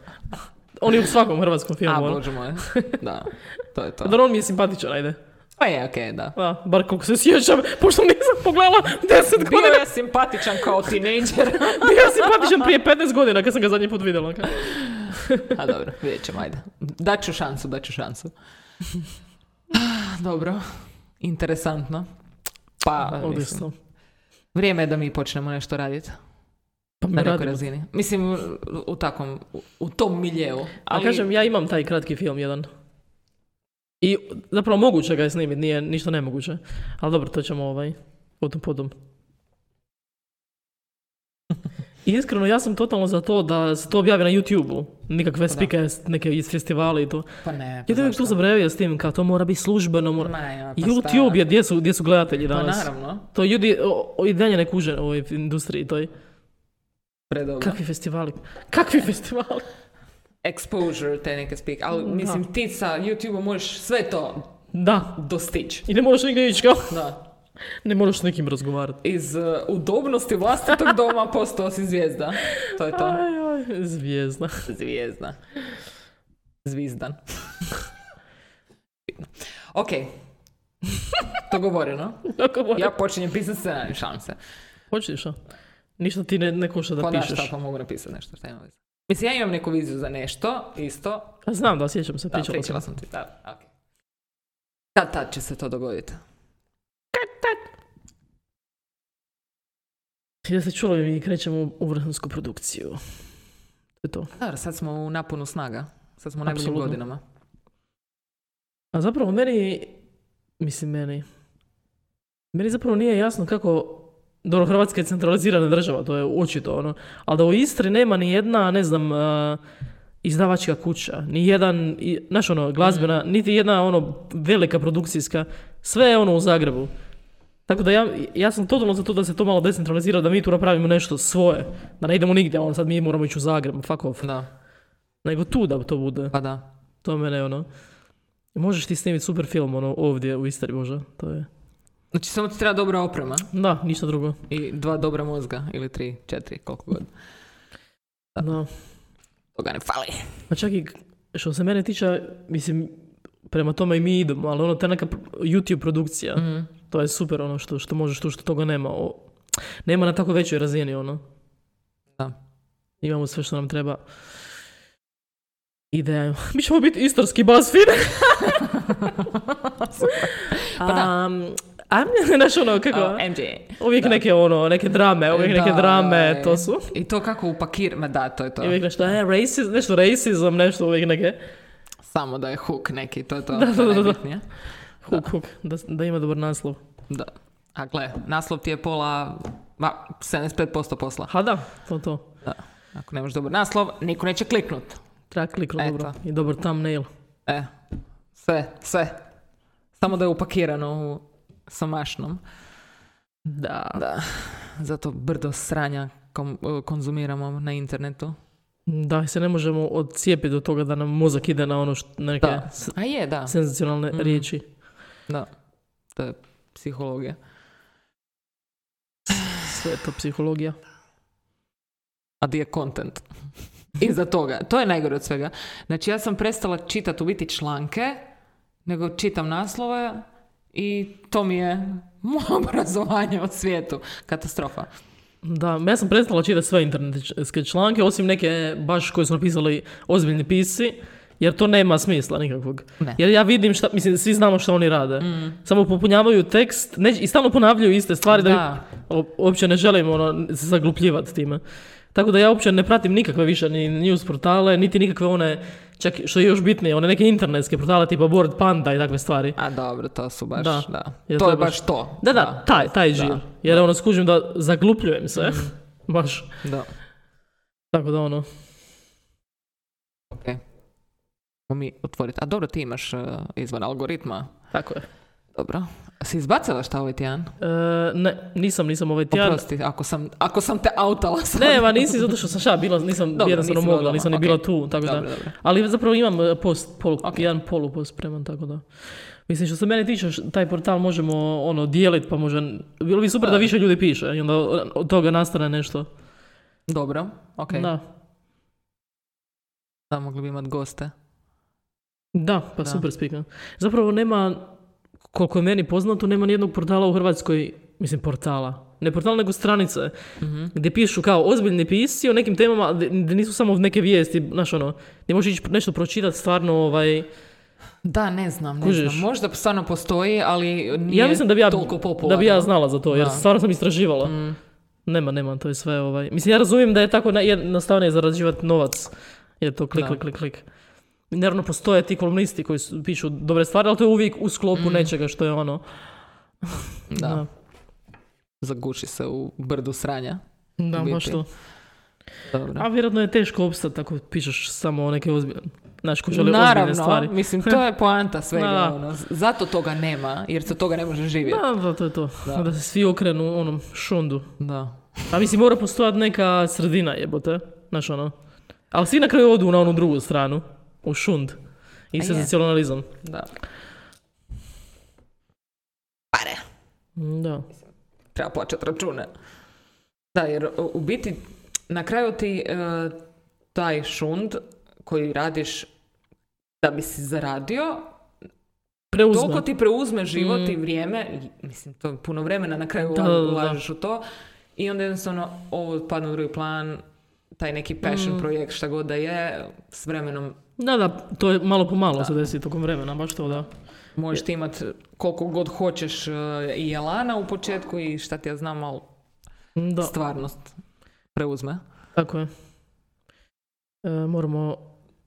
Speaker 2: On je u svakom hrvatskom
Speaker 1: A,
Speaker 2: filmu, ono.
Speaker 1: bože
Speaker 2: *laughs*
Speaker 1: moj. Da, to je to.
Speaker 2: Da on mi je simpatičan, ajde.
Speaker 1: Pa je, okej, da.
Speaker 2: Da, bar koliko se sjećam, pošto nisam pogledala 10
Speaker 1: Bio
Speaker 2: godina.
Speaker 1: je simpatičan kao
Speaker 2: *laughs*
Speaker 1: tinejdžer.
Speaker 2: Bio je simpatičan prije 15 godina kad sam ga zadnji put vidjela.
Speaker 1: *laughs* A dobro, vidjet ćemo, ajde. Daću šansu, daću
Speaker 2: *laughs*
Speaker 1: šansu. Dobro, interesantno. Pa, mislim,
Speaker 2: Odlično.
Speaker 1: vrijeme je da mi počnemo nešto raditi
Speaker 2: Pa mi
Speaker 1: na nekoj
Speaker 2: radimo.
Speaker 1: razini. Mislim, u, u takvom, u, u tom miljeu.
Speaker 2: Ali...
Speaker 1: Ali,
Speaker 2: kažem, ja imam taj kratki film jedan. I zapravo moguće ga je snimiti, nije ništa nemoguće. Ali dobro, to ćemo ovaj, potom
Speaker 1: *laughs*
Speaker 2: potom. I iskreno, ja sam totalno za to da se to objavi na YouTube-u. Nikakve spike, neke iz festivala i to.
Speaker 1: pa ne,
Speaker 2: Ja uvijek tu zabrevio s tim, kao to mora biti službeno, mora...
Speaker 1: Ma ja, pa
Speaker 2: YouTube je, gdje su, gdje su gledatelji
Speaker 1: Pa
Speaker 2: danas?
Speaker 1: naravno,
Speaker 2: To ljudi o, o, i dalje ne kuže u ovoj industriji toj.
Speaker 1: predobro.
Speaker 2: Kakvi festivali? Kakvi festivali?
Speaker 1: Exposure, te neke speak. Ali,
Speaker 2: Da.
Speaker 1: mislim, ti sa YouTube-om možeš sve to
Speaker 2: Da.
Speaker 1: dostići.
Speaker 2: I ne moraš nigdje ići kao.
Speaker 1: Da.
Speaker 2: Ne moraš s nikim razgovarati.
Speaker 1: iz uh, udobnosti vlastitog doma postao si zvijezda. To je to.
Speaker 2: *laughs* Aj, aj, zvijezda. *laughs*
Speaker 1: Zvijezda. Zvizdan. Bitno. ok. To govoreno.
Speaker 2: Kako voli.
Speaker 1: Ja počinjem pisati scenarij, šalim se.
Speaker 2: Hoćeš, a? Ništa ti ne, ne košta da
Speaker 1: Pa da, šta
Speaker 2: pišeš.
Speaker 1: pa mogu napisati nešto, šta ima veze. Mislim, ja imam neku viziju za nešto, isto.
Speaker 2: A znam da, sjećam se,
Speaker 1: Da,
Speaker 2: pričala
Speaker 1: pričala
Speaker 2: sam.
Speaker 1: sam ti, da, ok. Kad tad će se to dogoditi?
Speaker 2: Ja se čula i krećemo u- u vrhunsku produkciju. To je to.
Speaker 1: Dobro, sad smo u napunu snaga. Sad smo u najboljim
Speaker 2: Apsolutno.
Speaker 1: godinama.
Speaker 2: A zapravo meni, mislim meni, meni zapravo nije jasno kako, dobro, Hrvatska je centralizirana država, to je očito ono, ali da u Istri nema ni jedna, ne znam, eh, izdavačka kuća, ni jedan, i- znaš ono, glazbena, niti jedna ono velika produkcijska, sve je ono u Zagrebu. Tako da ja, ja sam totalno za to da se to malo decentralizira, da mi tu napravimo nešto svoje, da ne idemo nigdje, ono sad mi moramo ići u Zagreb, fuck off,
Speaker 1: Da,
Speaker 2: nego tu da to bude.
Speaker 1: pa da.
Speaker 2: To mene ono... Možeš ti snimiti super film ono ovdje u Istri možda, to je.
Speaker 1: Znači, samo ti treba dobra oprema.
Speaker 2: Da, ništa drugo.
Speaker 1: I dva dobra mozga, ili tri, četiri, koliko god.
Speaker 2: Da.
Speaker 1: Toga ne fali.
Speaker 2: Pa čak i što se mene tiče, mislim, prema tome i mi idemo, ali ono, ta neka pr- YouTube produkcija,
Speaker 1: Mhm.
Speaker 2: to je super ono što, što možeš tu, što toga nema. O, nema na tako većoj razini ono.
Speaker 1: Da.
Speaker 2: Imamo sve što nam treba. Ide, *laughs* mi ćemo biti istarski BuzzFeed.
Speaker 1: *laughs*
Speaker 2: *laughs*
Speaker 1: Pa da.
Speaker 2: Um, a, *laughs* znaš ono, kako?
Speaker 1: MJ.
Speaker 2: Uvijek neke ono, neke drame, uvijek neke
Speaker 1: Da,
Speaker 2: drame,
Speaker 1: da,
Speaker 2: to su.
Speaker 1: I to kako upakir, ma da, to je to.
Speaker 2: I uvijek nešto, e, racism, nešto racism, nešto uvijek neke.
Speaker 1: Samo da je hook neki, to je to.
Speaker 2: *laughs* Da,
Speaker 1: to je
Speaker 2: da, da, da.
Speaker 1: najbitnije.
Speaker 2: Huk, huk, da, da ima dobar naslov.
Speaker 1: Da. A gle, naslov ti je pola, ma, 75% posla.
Speaker 2: Ha da, to to.
Speaker 1: Da. Ako nemaš dobar naslov, niko neće kliknut.
Speaker 2: Treba klikno
Speaker 1: Eto.
Speaker 2: dobro. I dobar thumbnail.
Speaker 1: E, sve, sve. Samo da je upakirano u sa mašnom.
Speaker 2: Da.
Speaker 1: Da, zato brdo sranja kom- konzumiramo na internetu.
Speaker 2: Da, se ne možemo odcijepiti od toga da nam mozak ide na ono što, na neke
Speaker 1: Da.
Speaker 2: s-
Speaker 1: A je, da.
Speaker 2: senzacionalne
Speaker 1: Mhm.
Speaker 2: riječi.
Speaker 1: Da. To je psihologija.
Speaker 2: Sve je to psihologija.
Speaker 1: A di je content? *laughs* Iza toga. To je najgore od svega. Znači ja sam prestala čitati u biti članke, nego čitam naslove i to mi je *laughs* moje obrazovanje o svijetu. Katastrofa.
Speaker 2: Da, ja sam prestala čitati sve internetske članke, osim neke baš koje su napisali ozbiljni pisci, jer to nema smisla nikakvog.
Speaker 1: Ne.
Speaker 2: Jer ja vidim šta, mislim, svi znamo šta oni rade. Samo popunjavaju tekst ne, i stalno ponavljaju iste stvari da,
Speaker 1: Da.
Speaker 2: bi- o- uopće ne želim ono, se zaglupljivati time. Tako da ja uopće ne pratim nikakve više ni news portale, niti nikakve one, čak što je još bitnije, one neke internetske portale tipa Board Panda i takve stvari.
Speaker 1: A dobro, to su baš,
Speaker 2: Da.
Speaker 1: da.
Speaker 2: Jer
Speaker 1: To je baš to.
Speaker 2: Da, da, taj, taj žir. Jer ono, skužim da zaglupljujem se. *laughs* baš.
Speaker 1: Da.
Speaker 2: Tako da ono,
Speaker 1: Ok. Možemo mi otvoriti. A dobro, ti imaš eh, izvan algoritma.
Speaker 2: tako je.
Speaker 1: Dobro. Si izbacila šta ovaj tjedan?
Speaker 2: E, ne, nisam, nisam
Speaker 1: Pa
Speaker 2: ovaj tjedan.
Speaker 1: Oprosti, ako sam, ako sam te outala sam.
Speaker 2: Ne, ma nisi, zato što sam šta bila, nisam
Speaker 1: Dobro,
Speaker 2: jednostavno
Speaker 1: nisi bila
Speaker 2: mogla,
Speaker 1: doma,
Speaker 2: nisam ni
Speaker 1: ok.
Speaker 2: bila tu, tako da.
Speaker 1: Dobro, dobro.
Speaker 2: Ali zapravo imam e, post, polu,
Speaker 1: Ok.
Speaker 2: jedan polu post spreman, tako da. Mislim, što se mene tiče, š- taj portal možemo ono dijeliti, pa može, bilo bi super da,
Speaker 1: Da.
Speaker 2: više ljudi piše i onda od toga nastane nešto.
Speaker 1: Dobro, ok.
Speaker 2: Da,
Speaker 1: Da, mogli bi imati goste.
Speaker 2: da, pa
Speaker 1: Da.
Speaker 2: super spika. Zapravo nema, koliko je meni poznato, nema nijednog portala u Hrvatskoj, mislim portala, ne portala nego stranice,
Speaker 1: Mhm.
Speaker 2: gdje pišu kao ozbiljni pisci o nekim temama, gdje gdje nisu samo neke vijesti, znaš ono, gdje možeš ići nešto pročitati stvarno ovaj...
Speaker 1: Da, ne znam, ne
Speaker 2: Kužiš?
Speaker 1: znam. Možda stvarno postoji, ali nije
Speaker 2: ja mislim da bi ja,
Speaker 1: toliko popularno.
Speaker 2: da bi ja znala za to, jer
Speaker 1: Da. Mhm.
Speaker 2: stvarno sam istraživala. Nema, nema, to je sve ovaj... Mislim, ja razumijem da je tako naj- jednostavnije zarađivati novac, jer to klik,
Speaker 1: Da.
Speaker 2: klik, klik, klik. I Naravno, postoje ti kolumnisti koji su- pišu dobre stvari, ali to je uvijek u sklopu
Speaker 1: Mhm.
Speaker 2: nečega što je ono...
Speaker 1: Da. Zaguši se u brdu sranja.
Speaker 2: Da,
Speaker 1: U
Speaker 2: baš
Speaker 1: biti.
Speaker 2: to.
Speaker 1: Dobro.
Speaker 2: A vjerojatno je teško opstati ako pišeš samo neke ozbiljne... Znaš, ko žele ozbiljne
Speaker 1: Naravno,
Speaker 2: stvari. *laughs*
Speaker 1: mislim, to je poanta svega.
Speaker 2: Da.
Speaker 1: ono. Zato toga nema, jer se od toga ne može živjeti.
Speaker 2: Da, da, to je to. Da,
Speaker 1: Da.
Speaker 2: se svi okrenu onom šundu.
Speaker 1: Da.
Speaker 2: A mislim, mora postojati neka sredina jebote. Znaš ono. Ali svi na kraju odu na onu drugu stranu. U šund. I
Speaker 1: A je.
Speaker 2: senzacionalizam.
Speaker 1: da.
Speaker 2: Mm, Da.
Speaker 1: treba plaćati račune. Da, jer u- u biti na kraju ti e, taj šund koji radiš da bi si zaradio, toliko
Speaker 2: Preuzme. Mm.
Speaker 1: ti preuzme život i vrijeme, i, mislim to je puno vremena na kraju
Speaker 2: Da,
Speaker 1: ula-
Speaker 2: da, da.
Speaker 1: ulažeš u to i onda jednostavno ovo padne u drugi plan, taj neki
Speaker 2: Mm.
Speaker 1: passion projekt šta god da je, s vremenom
Speaker 2: Da, da, to je malo po malo se desi tokom vremena, baš to da.
Speaker 1: možeš ti imat koliko god hoćeš e, i jelana u početku i šta ti ja znam, ali
Speaker 2: Mm, Da,
Speaker 1: stvarnost preuzme.
Speaker 2: tako je. E, moramo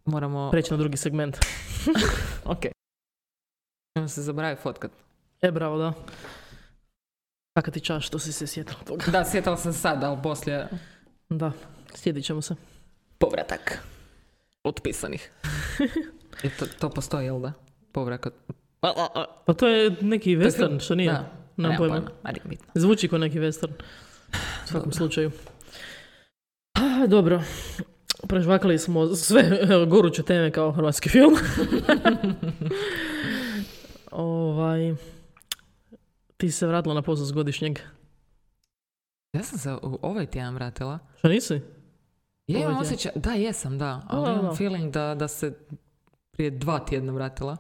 Speaker 1: Moramo
Speaker 2: preći na drugi segment.
Speaker 1: Ok. Nemam se zaboraviti fotkat.
Speaker 2: E, bravo, da. Kaka ti čaš, što si se sjetila toga.
Speaker 1: Da, sjetala sam sad, ali poslije
Speaker 2: Da, sjedit ćemo se.
Speaker 1: povratak.
Speaker 2: *laughs*
Speaker 1: Otpisanih. I to, to postoji, jel da? Povratak.
Speaker 2: Pa to je neki western, što nije.
Speaker 1: Da.
Speaker 2: Nemam
Speaker 1: Nemam
Speaker 2: pojma.
Speaker 1: pojma. Ali nije bitno.
Speaker 2: Zvuči kao neki western. U svakom slučaju. Ah, Dobro. Prežvakali smo sve evo, goruće teme kao hrvatski film. ovaj... Ti si se vratila na posao s godišnjeg.
Speaker 1: Ja sam se u ovaj tjedan vratila.
Speaker 2: Što nisi?
Speaker 1: Ja
Speaker 2: Ovaj
Speaker 1: imam
Speaker 2: tjedan.
Speaker 1: osjećaj, da jesam, da, ali
Speaker 2: Da, da, da.
Speaker 1: imam feeling da, da se prije dva tjedna vratila.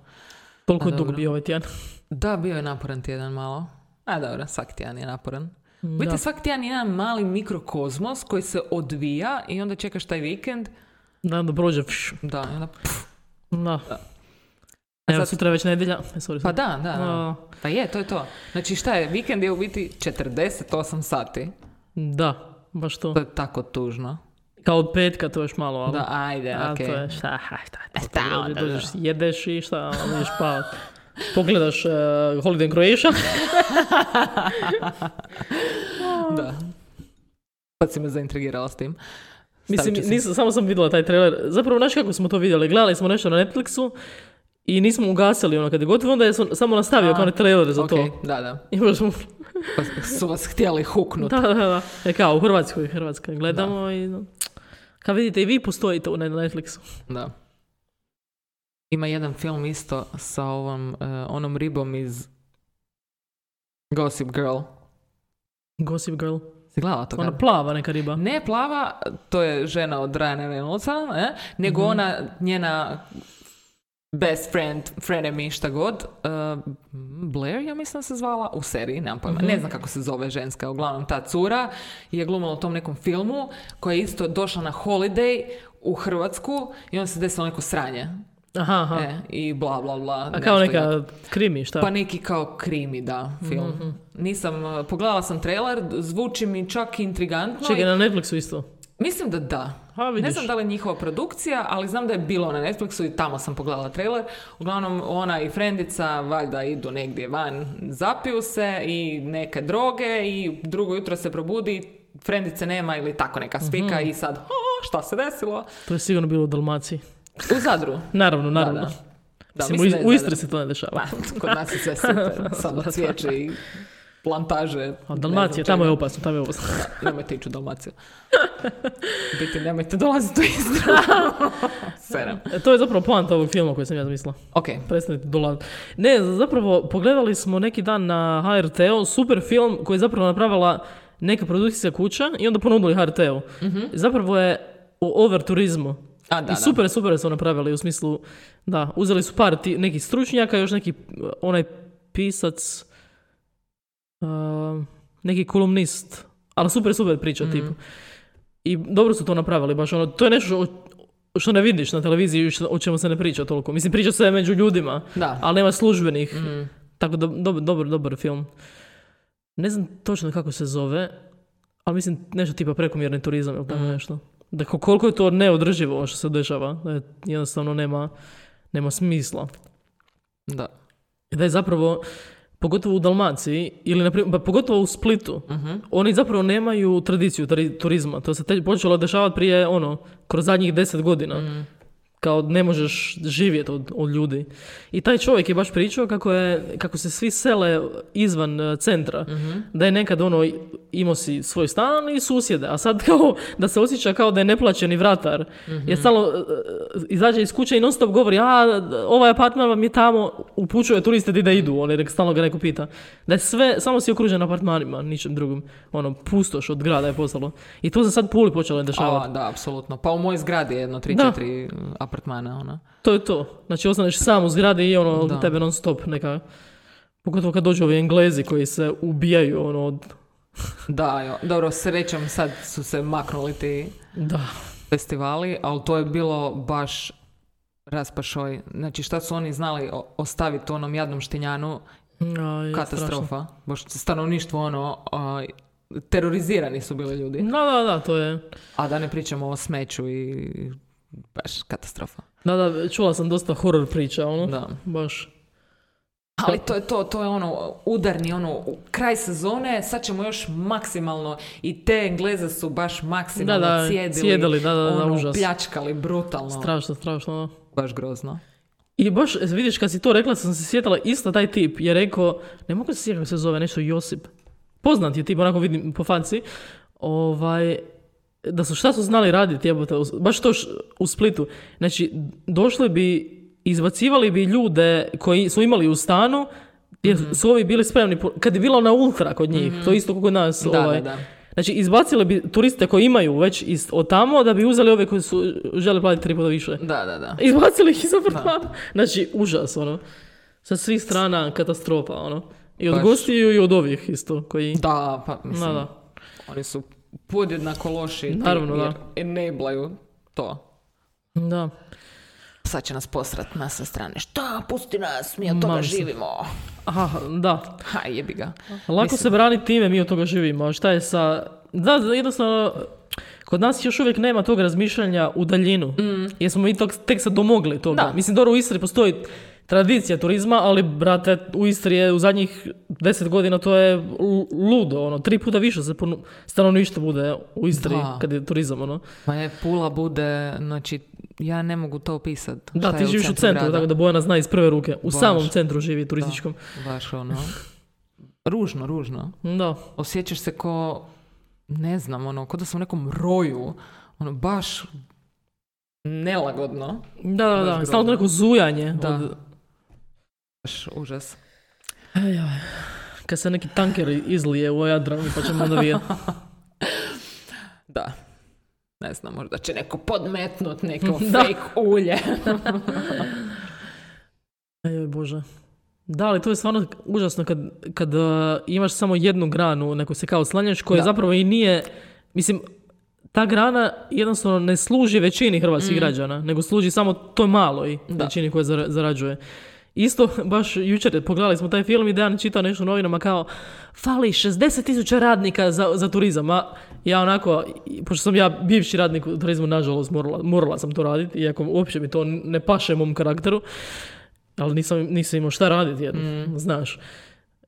Speaker 2: Toliko
Speaker 1: Pa
Speaker 2: je dug
Speaker 1: dobro.
Speaker 2: bio ovaj tjedan.
Speaker 1: Da, bio je naporan tjedan malo. A dobro, svaki tjedan je naporan. U
Speaker 2: Da.
Speaker 1: Biti svaki tjedan je jedan mali mikrokozmos koji se odvija i onda čekaš taj vikend.
Speaker 2: Da, da prođe. pš.
Speaker 1: Da, i onda...
Speaker 2: Da.
Speaker 1: Da.
Speaker 2: Evo,
Speaker 1: Sad-
Speaker 2: sutra je već nedjelja. E, sorry,
Speaker 1: Pa
Speaker 2: sorry.
Speaker 1: da, da. da.
Speaker 2: A,
Speaker 1: Pa je, to je to. Znači šta je, vikend je u biti 48 sati.
Speaker 2: da, baš to.
Speaker 1: To je tako tužno.
Speaker 2: Kao od petka to je još malo, ali...
Speaker 1: Da, ajde,
Speaker 2: A
Speaker 1: okej. Pa
Speaker 2: to je šta, ha, šta, to
Speaker 1: Šta
Speaker 2: ti dođe-
Speaker 1: onda,
Speaker 2: dođeš, jedeš i šta, ideš spavat. Pogledaš eh, Holiday
Speaker 1: *laughs*
Speaker 2: in Croatia,
Speaker 1: Da. Sad si me zaintrigirala s tim. Stavit
Speaker 2: mislim,
Speaker 1: ću si.
Speaker 2: nisam, samo sam vidjela taj trailer. Zapravo, znaš kako smo to vidjeli? Gledali smo nešto na Netflixu I nismo ugasili ono kad je gotovo, onda je sam- samo nastavio
Speaker 1: A,
Speaker 2: kao onaj trailer za
Speaker 1: Okej,
Speaker 2: to.
Speaker 1: da, da.
Speaker 2: I baš mu-
Speaker 1: Pa su vas htjeli huknuti.
Speaker 2: *laughs* da, da, da. E kao u Hrvatskoj, Hrvatska gledamo i... no. Kao vidite i vi postojite u- na Netflixu.
Speaker 1: Da. Ima jedan film isto sa ovom, eh, onom ribom iz Gossip Girl.
Speaker 2: Gossip Girl.
Speaker 1: Si gledala to?
Speaker 2: Ona
Speaker 1: kad?
Speaker 2: plava neka riba.
Speaker 1: Ne plava, to je žena od Ryana Reynoldsa, eh, nego
Speaker 2: Mhm.
Speaker 1: ona, njena best friend, frenemy, šta god, eh, Blair, ja mislim da se zvala, u seriji, nemam pojma, ne
Speaker 2: Mhm.
Speaker 1: znam kako se zove ženska, uglavnom ta cura je glumila u tom nekom filmu koja je isto došla na holiday u Hrvatsku i onda se desilo neko sranje.
Speaker 2: Aha, aha.
Speaker 1: E, I bla, bla, bla.
Speaker 2: A kao
Speaker 1: nešto jako-
Speaker 2: neka krimi, šta?
Speaker 1: Pa neki kao krimi, da, film.
Speaker 2: Mhm.
Speaker 1: Nisam, eh, pogledala sam trailer, zvuči mi čak intrigantno. i-
Speaker 2: Čekaj, na Netflixu isto.
Speaker 1: Mislim da da.
Speaker 2: Ha, vidiš.
Speaker 1: Ne znam da li je njihova produkcija, ali znam da je bilo na Netflixu i tamo sam pogledala trailer. Uglavnom, ona i frendica valjda idu negdje van, zapiju se i neke droge i drugo jutro se probudi, frendice nema ili tako neka spika
Speaker 2: Mhm.
Speaker 1: i sad, "O, šta se desilo?
Speaker 2: To je sigurno bilo u Dalmaciji.
Speaker 1: U Zadru.
Speaker 2: Naravno,
Speaker 1: Da,
Speaker 2: naravno.
Speaker 1: da. Da,
Speaker 2: Mislim,
Speaker 1: mislim
Speaker 2: u,
Speaker 1: da je
Speaker 2: u
Speaker 1: Zadar.
Speaker 2: Istri se to ne dešava.
Speaker 1: Pa, *laughs* kod nas je sve
Speaker 2: *laughs*
Speaker 1: super, samo cvijeće i plantaže.
Speaker 2: A
Speaker 1: Pa, ne znam
Speaker 2: Dalmacija, tamo
Speaker 1: čega.
Speaker 2: je opasno, tamo je opasno.
Speaker 1: *laughs* Nemojte ići u Dalmaciju. U Biti, nemojte dolaziti u Istru.
Speaker 2: *laughs*
Speaker 1: Seram.
Speaker 2: E, To je zapravo poanta ovog filma koji sam ja zamislila.
Speaker 1: Ok,
Speaker 2: Prestanite dolaziti. Ne, zapravo pogledali smo neki dan na HRT-u super film koji je zapravo napravila neka produkcijska kuća i onda ponudili HRT-u.
Speaker 1: Mhm.
Speaker 2: Zapravo je o over turizmu.
Speaker 1: a da,
Speaker 2: I super, super su napravili u smislu, da, uzeli su par ti, nekih stručnjaka, još neki eh, onaj pisac, eh, neki kolumnist, ali super, super priča, tip. I dobro su to napravili, baš ono, to je nešto o- što ne vidiš na televiziji, i što- o čemu se ne priča toliko. Mislim, priča se među ljudima,
Speaker 1: da. Da,
Speaker 2: ali nema službenih,
Speaker 1: Mm.
Speaker 2: tako da, dobar, dobar, dobar film. Ne znam točno kako se zove, ali mislim nešto tipa prekomjerni turizam ili tako nešto. Dakle, koliko je to neodrživo ovo što se dešava, da je, jednostavno nema, nema smisla.
Speaker 1: da.
Speaker 2: Da je zapravo, pogotovo u Dalmaciji, ili na primjer, pa pogotovo u Splitu, oni zapravo nemaju tradiciju tari- turizma. To se te počelo dešavati prije, ono, kroz zadnjih deset godina. Kao ne možeš živjeti od, od ljudi. I taj čovjek je baš pričao kako, je, kako se svi sele izvan e, centra. Da je nekad ono, imao si svoj stan i susjede, a sad kao *laughs* da se osjeća kao da je neplaćeni vratar. Jer stalno e, e, izađe iz kuće i non stop govori, a ovaj apartman vam je tamo, upućuje turiste di da idu, on jer stalno ga neko pita. Da je sve, samo si okružen apartmanima, ničem drugim. Ono, pustoš od grada je postalo. I to se sad puli počelo dešavati.
Speaker 1: A, da, apsolutno. Pa u mojoj zgradi je jedno
Speaker 2: Da.
Speaker 1: 3-4 apartmana, ono. ona.
Speaker 2: To je to. Znači, ostaneš sam u zgradi i ono,
Speaker 1: Da.
Speaker 2: tebe non stop neka... Pogotovo kad dođu ovi englezi koji se ubijaju, ono, od...
Speaker 1: Da, jo. Dobro, srećom sad su se maknuli ti
Speaker 2: Da.
Speaker 1: festivali, ali to je bilo baš raspašoj. Znači, šta su oni znali o- ostaviti onom jadnom štinjanu?
Speaker 2: A, je strašno.
Speaker 1: Katastrofa. Baš stanovništvo, ono, a, terorizirani su bili ljudi.
Speaker 2: Da, da, da, to je...
Speaker 1: A da ne pričamo o smeću i baš katastrofa.
Speaker 2: Da, da, čula sam dosta horror priča, ono.
Speaker 1: Da.
Speaker 2: Baš.
Speaker 1: Ali to je to, to je ono udarni ono u kraj sezone, sad ćemo još maksimalno i te Engleze su baš maksimalno
Speaker 2: Da, da,
Speaker 1: cijedili,
Speaker 2: cijedili, da, da, da,
Speaker 1: ono,
Speaker 2: užas.
Speaker 1: pljačkali brutalno,
Speaker 2: Strašno, strašno, da.
Speaker 1: baš grozno.
Speaker 2: I baš, vidiš, kad si to rekla, sam se sjetila isto taj tip. Je rekao, ne mogu se sjetiti kako se zove, nešto Josip. Poznat je tip, onako vidim po faci. Ovaj, da su šta su znali raditi, jebote, u- baš to š- u Splitu. Znači, došli bi, izbacivali bi ljude koji su imali u stanu, jer
Speaker 1: Mhm.
Speaker 2: su ovi bili spremni, po- kad je bila na ultra kod njih, to je isto kako kod nas.
Speaker 1: Da,
Speaker 2: ovaj,
Speaker 1: da, da.
Speaker 2: Znači, izbacili bi turiste koji imaju već iz, od tamo, da bi uzeli ove koji su, žele platiti tri puta više.
Speaker 1: Da, da, da.
Speaker 2: Izbacili ih iz apartmana. Znači, užas, ono. Sa svih strana katastrofa, ono. I od
Speaker 1: Baš.
Speaker 2: gostiju i od ovih isto, koji...
Speaker 1: Da, pa mislim,
Speaker 2: Da, da.
Speaker 1: oni su podjednako loši ti-
Speaker 2: Naravno, da.
Speaker 1: jer enablaju to.
Speaker 2: Da.
Speaker 1: Sad će nas posrat na sve strane. Šta, pusti nas, mi od toga
Speaker 2: Ma, mislim.
Speaker 1: živimo.
Speaker 2: Aha, da.
Speaker 1: Ha, jebi ga.
Speaker 2: Lako se brani time, mi od toga živimo. A Šta je sa... Da, jednostavno, kod nas još uvijek nema tog razmišljanja u daljinu. Jer smo mi tog, tek sad domogli toga.
Speaker 1: Mm. Da.
Speaker 2: Mislim, dobro, u Istri postoji tradicija turizma, ali, brate, u Istri je u zadnjih deset godina to je lu- ludo, ono, tri puta više se punu- stanovništvo bude u Istri
Speaker 1: Da.
Speaker 2: kad je turizam, ono.
Speaker 1: Ma je, Pula bude, znači, ja ne mogu to opisati.
Speaker 2: Da,
Speaker 1: šta
Speaker 2: ti
Speaker 1: je
Speaker 2: živiš u
Speaker 1: centru
Speaker 2: centru,
Speaker 1: grada.
Speaker 2: tako da Bojana zna iz prve ruke. U
Speaker 1: Baš.
Speaker 2: samom centru živi turističkom.
Speaker 1: Baš
Speaker 2: *laughs*
Speaker 1: ono. Ružno, ružno.
Speaker 2: Da.
Speaker 1: Osjećaš se ko, ne znam, ono, ko da sam u nekom roju. Ono, baš nelagodno.
Speaker 2: Da, da,
Speaker 1: Baš
Speaker 2: da.
Speaker 1: grozno.
Speaker 2: Stalno to neko zujanje.
Speaker 1: Da.
Speaker 2: od-
Speaker 1: Baš užas.
Speaker 2: Aj, aj. Kad se neki tanker izlije u Jadran, pa ćemo onda vidjeti.
Speaker 1: Da. Ne znam, možda će neko podmetnut neko
Speaker 2: *laughs* Da.
Speaker 1: fake ulje.
Speaker 2: Ej, bože. Da, ali to je stvarno užasno kad, kad uh, imaš samo jednu granu na koju se kao oslanjaš, koja
Speaker 1: Da.
Speaker 2: zapravo i nije, mislim, ta grana jednostavno ne služi većini hrvatskih građana, nego služi samo toj maloj
Speaker 1: Mm. Da.
Speaker 2: većini koja zara- zarađuje. Isto, baš jučer pogledali smo taj film i Dejan čitao nešto u novinama kao fali 60 tisuća radnika za, za turizam, a ja onako, i- pošto sam ja bivši radnik u turizmu, nažalost morala, morala sam to raditi, iako uopće mi to ne paše mom karakteru, ali nisam, nisam imao šta raditi jer,
Speaker 1: Mm.
Speaker 2: znaš.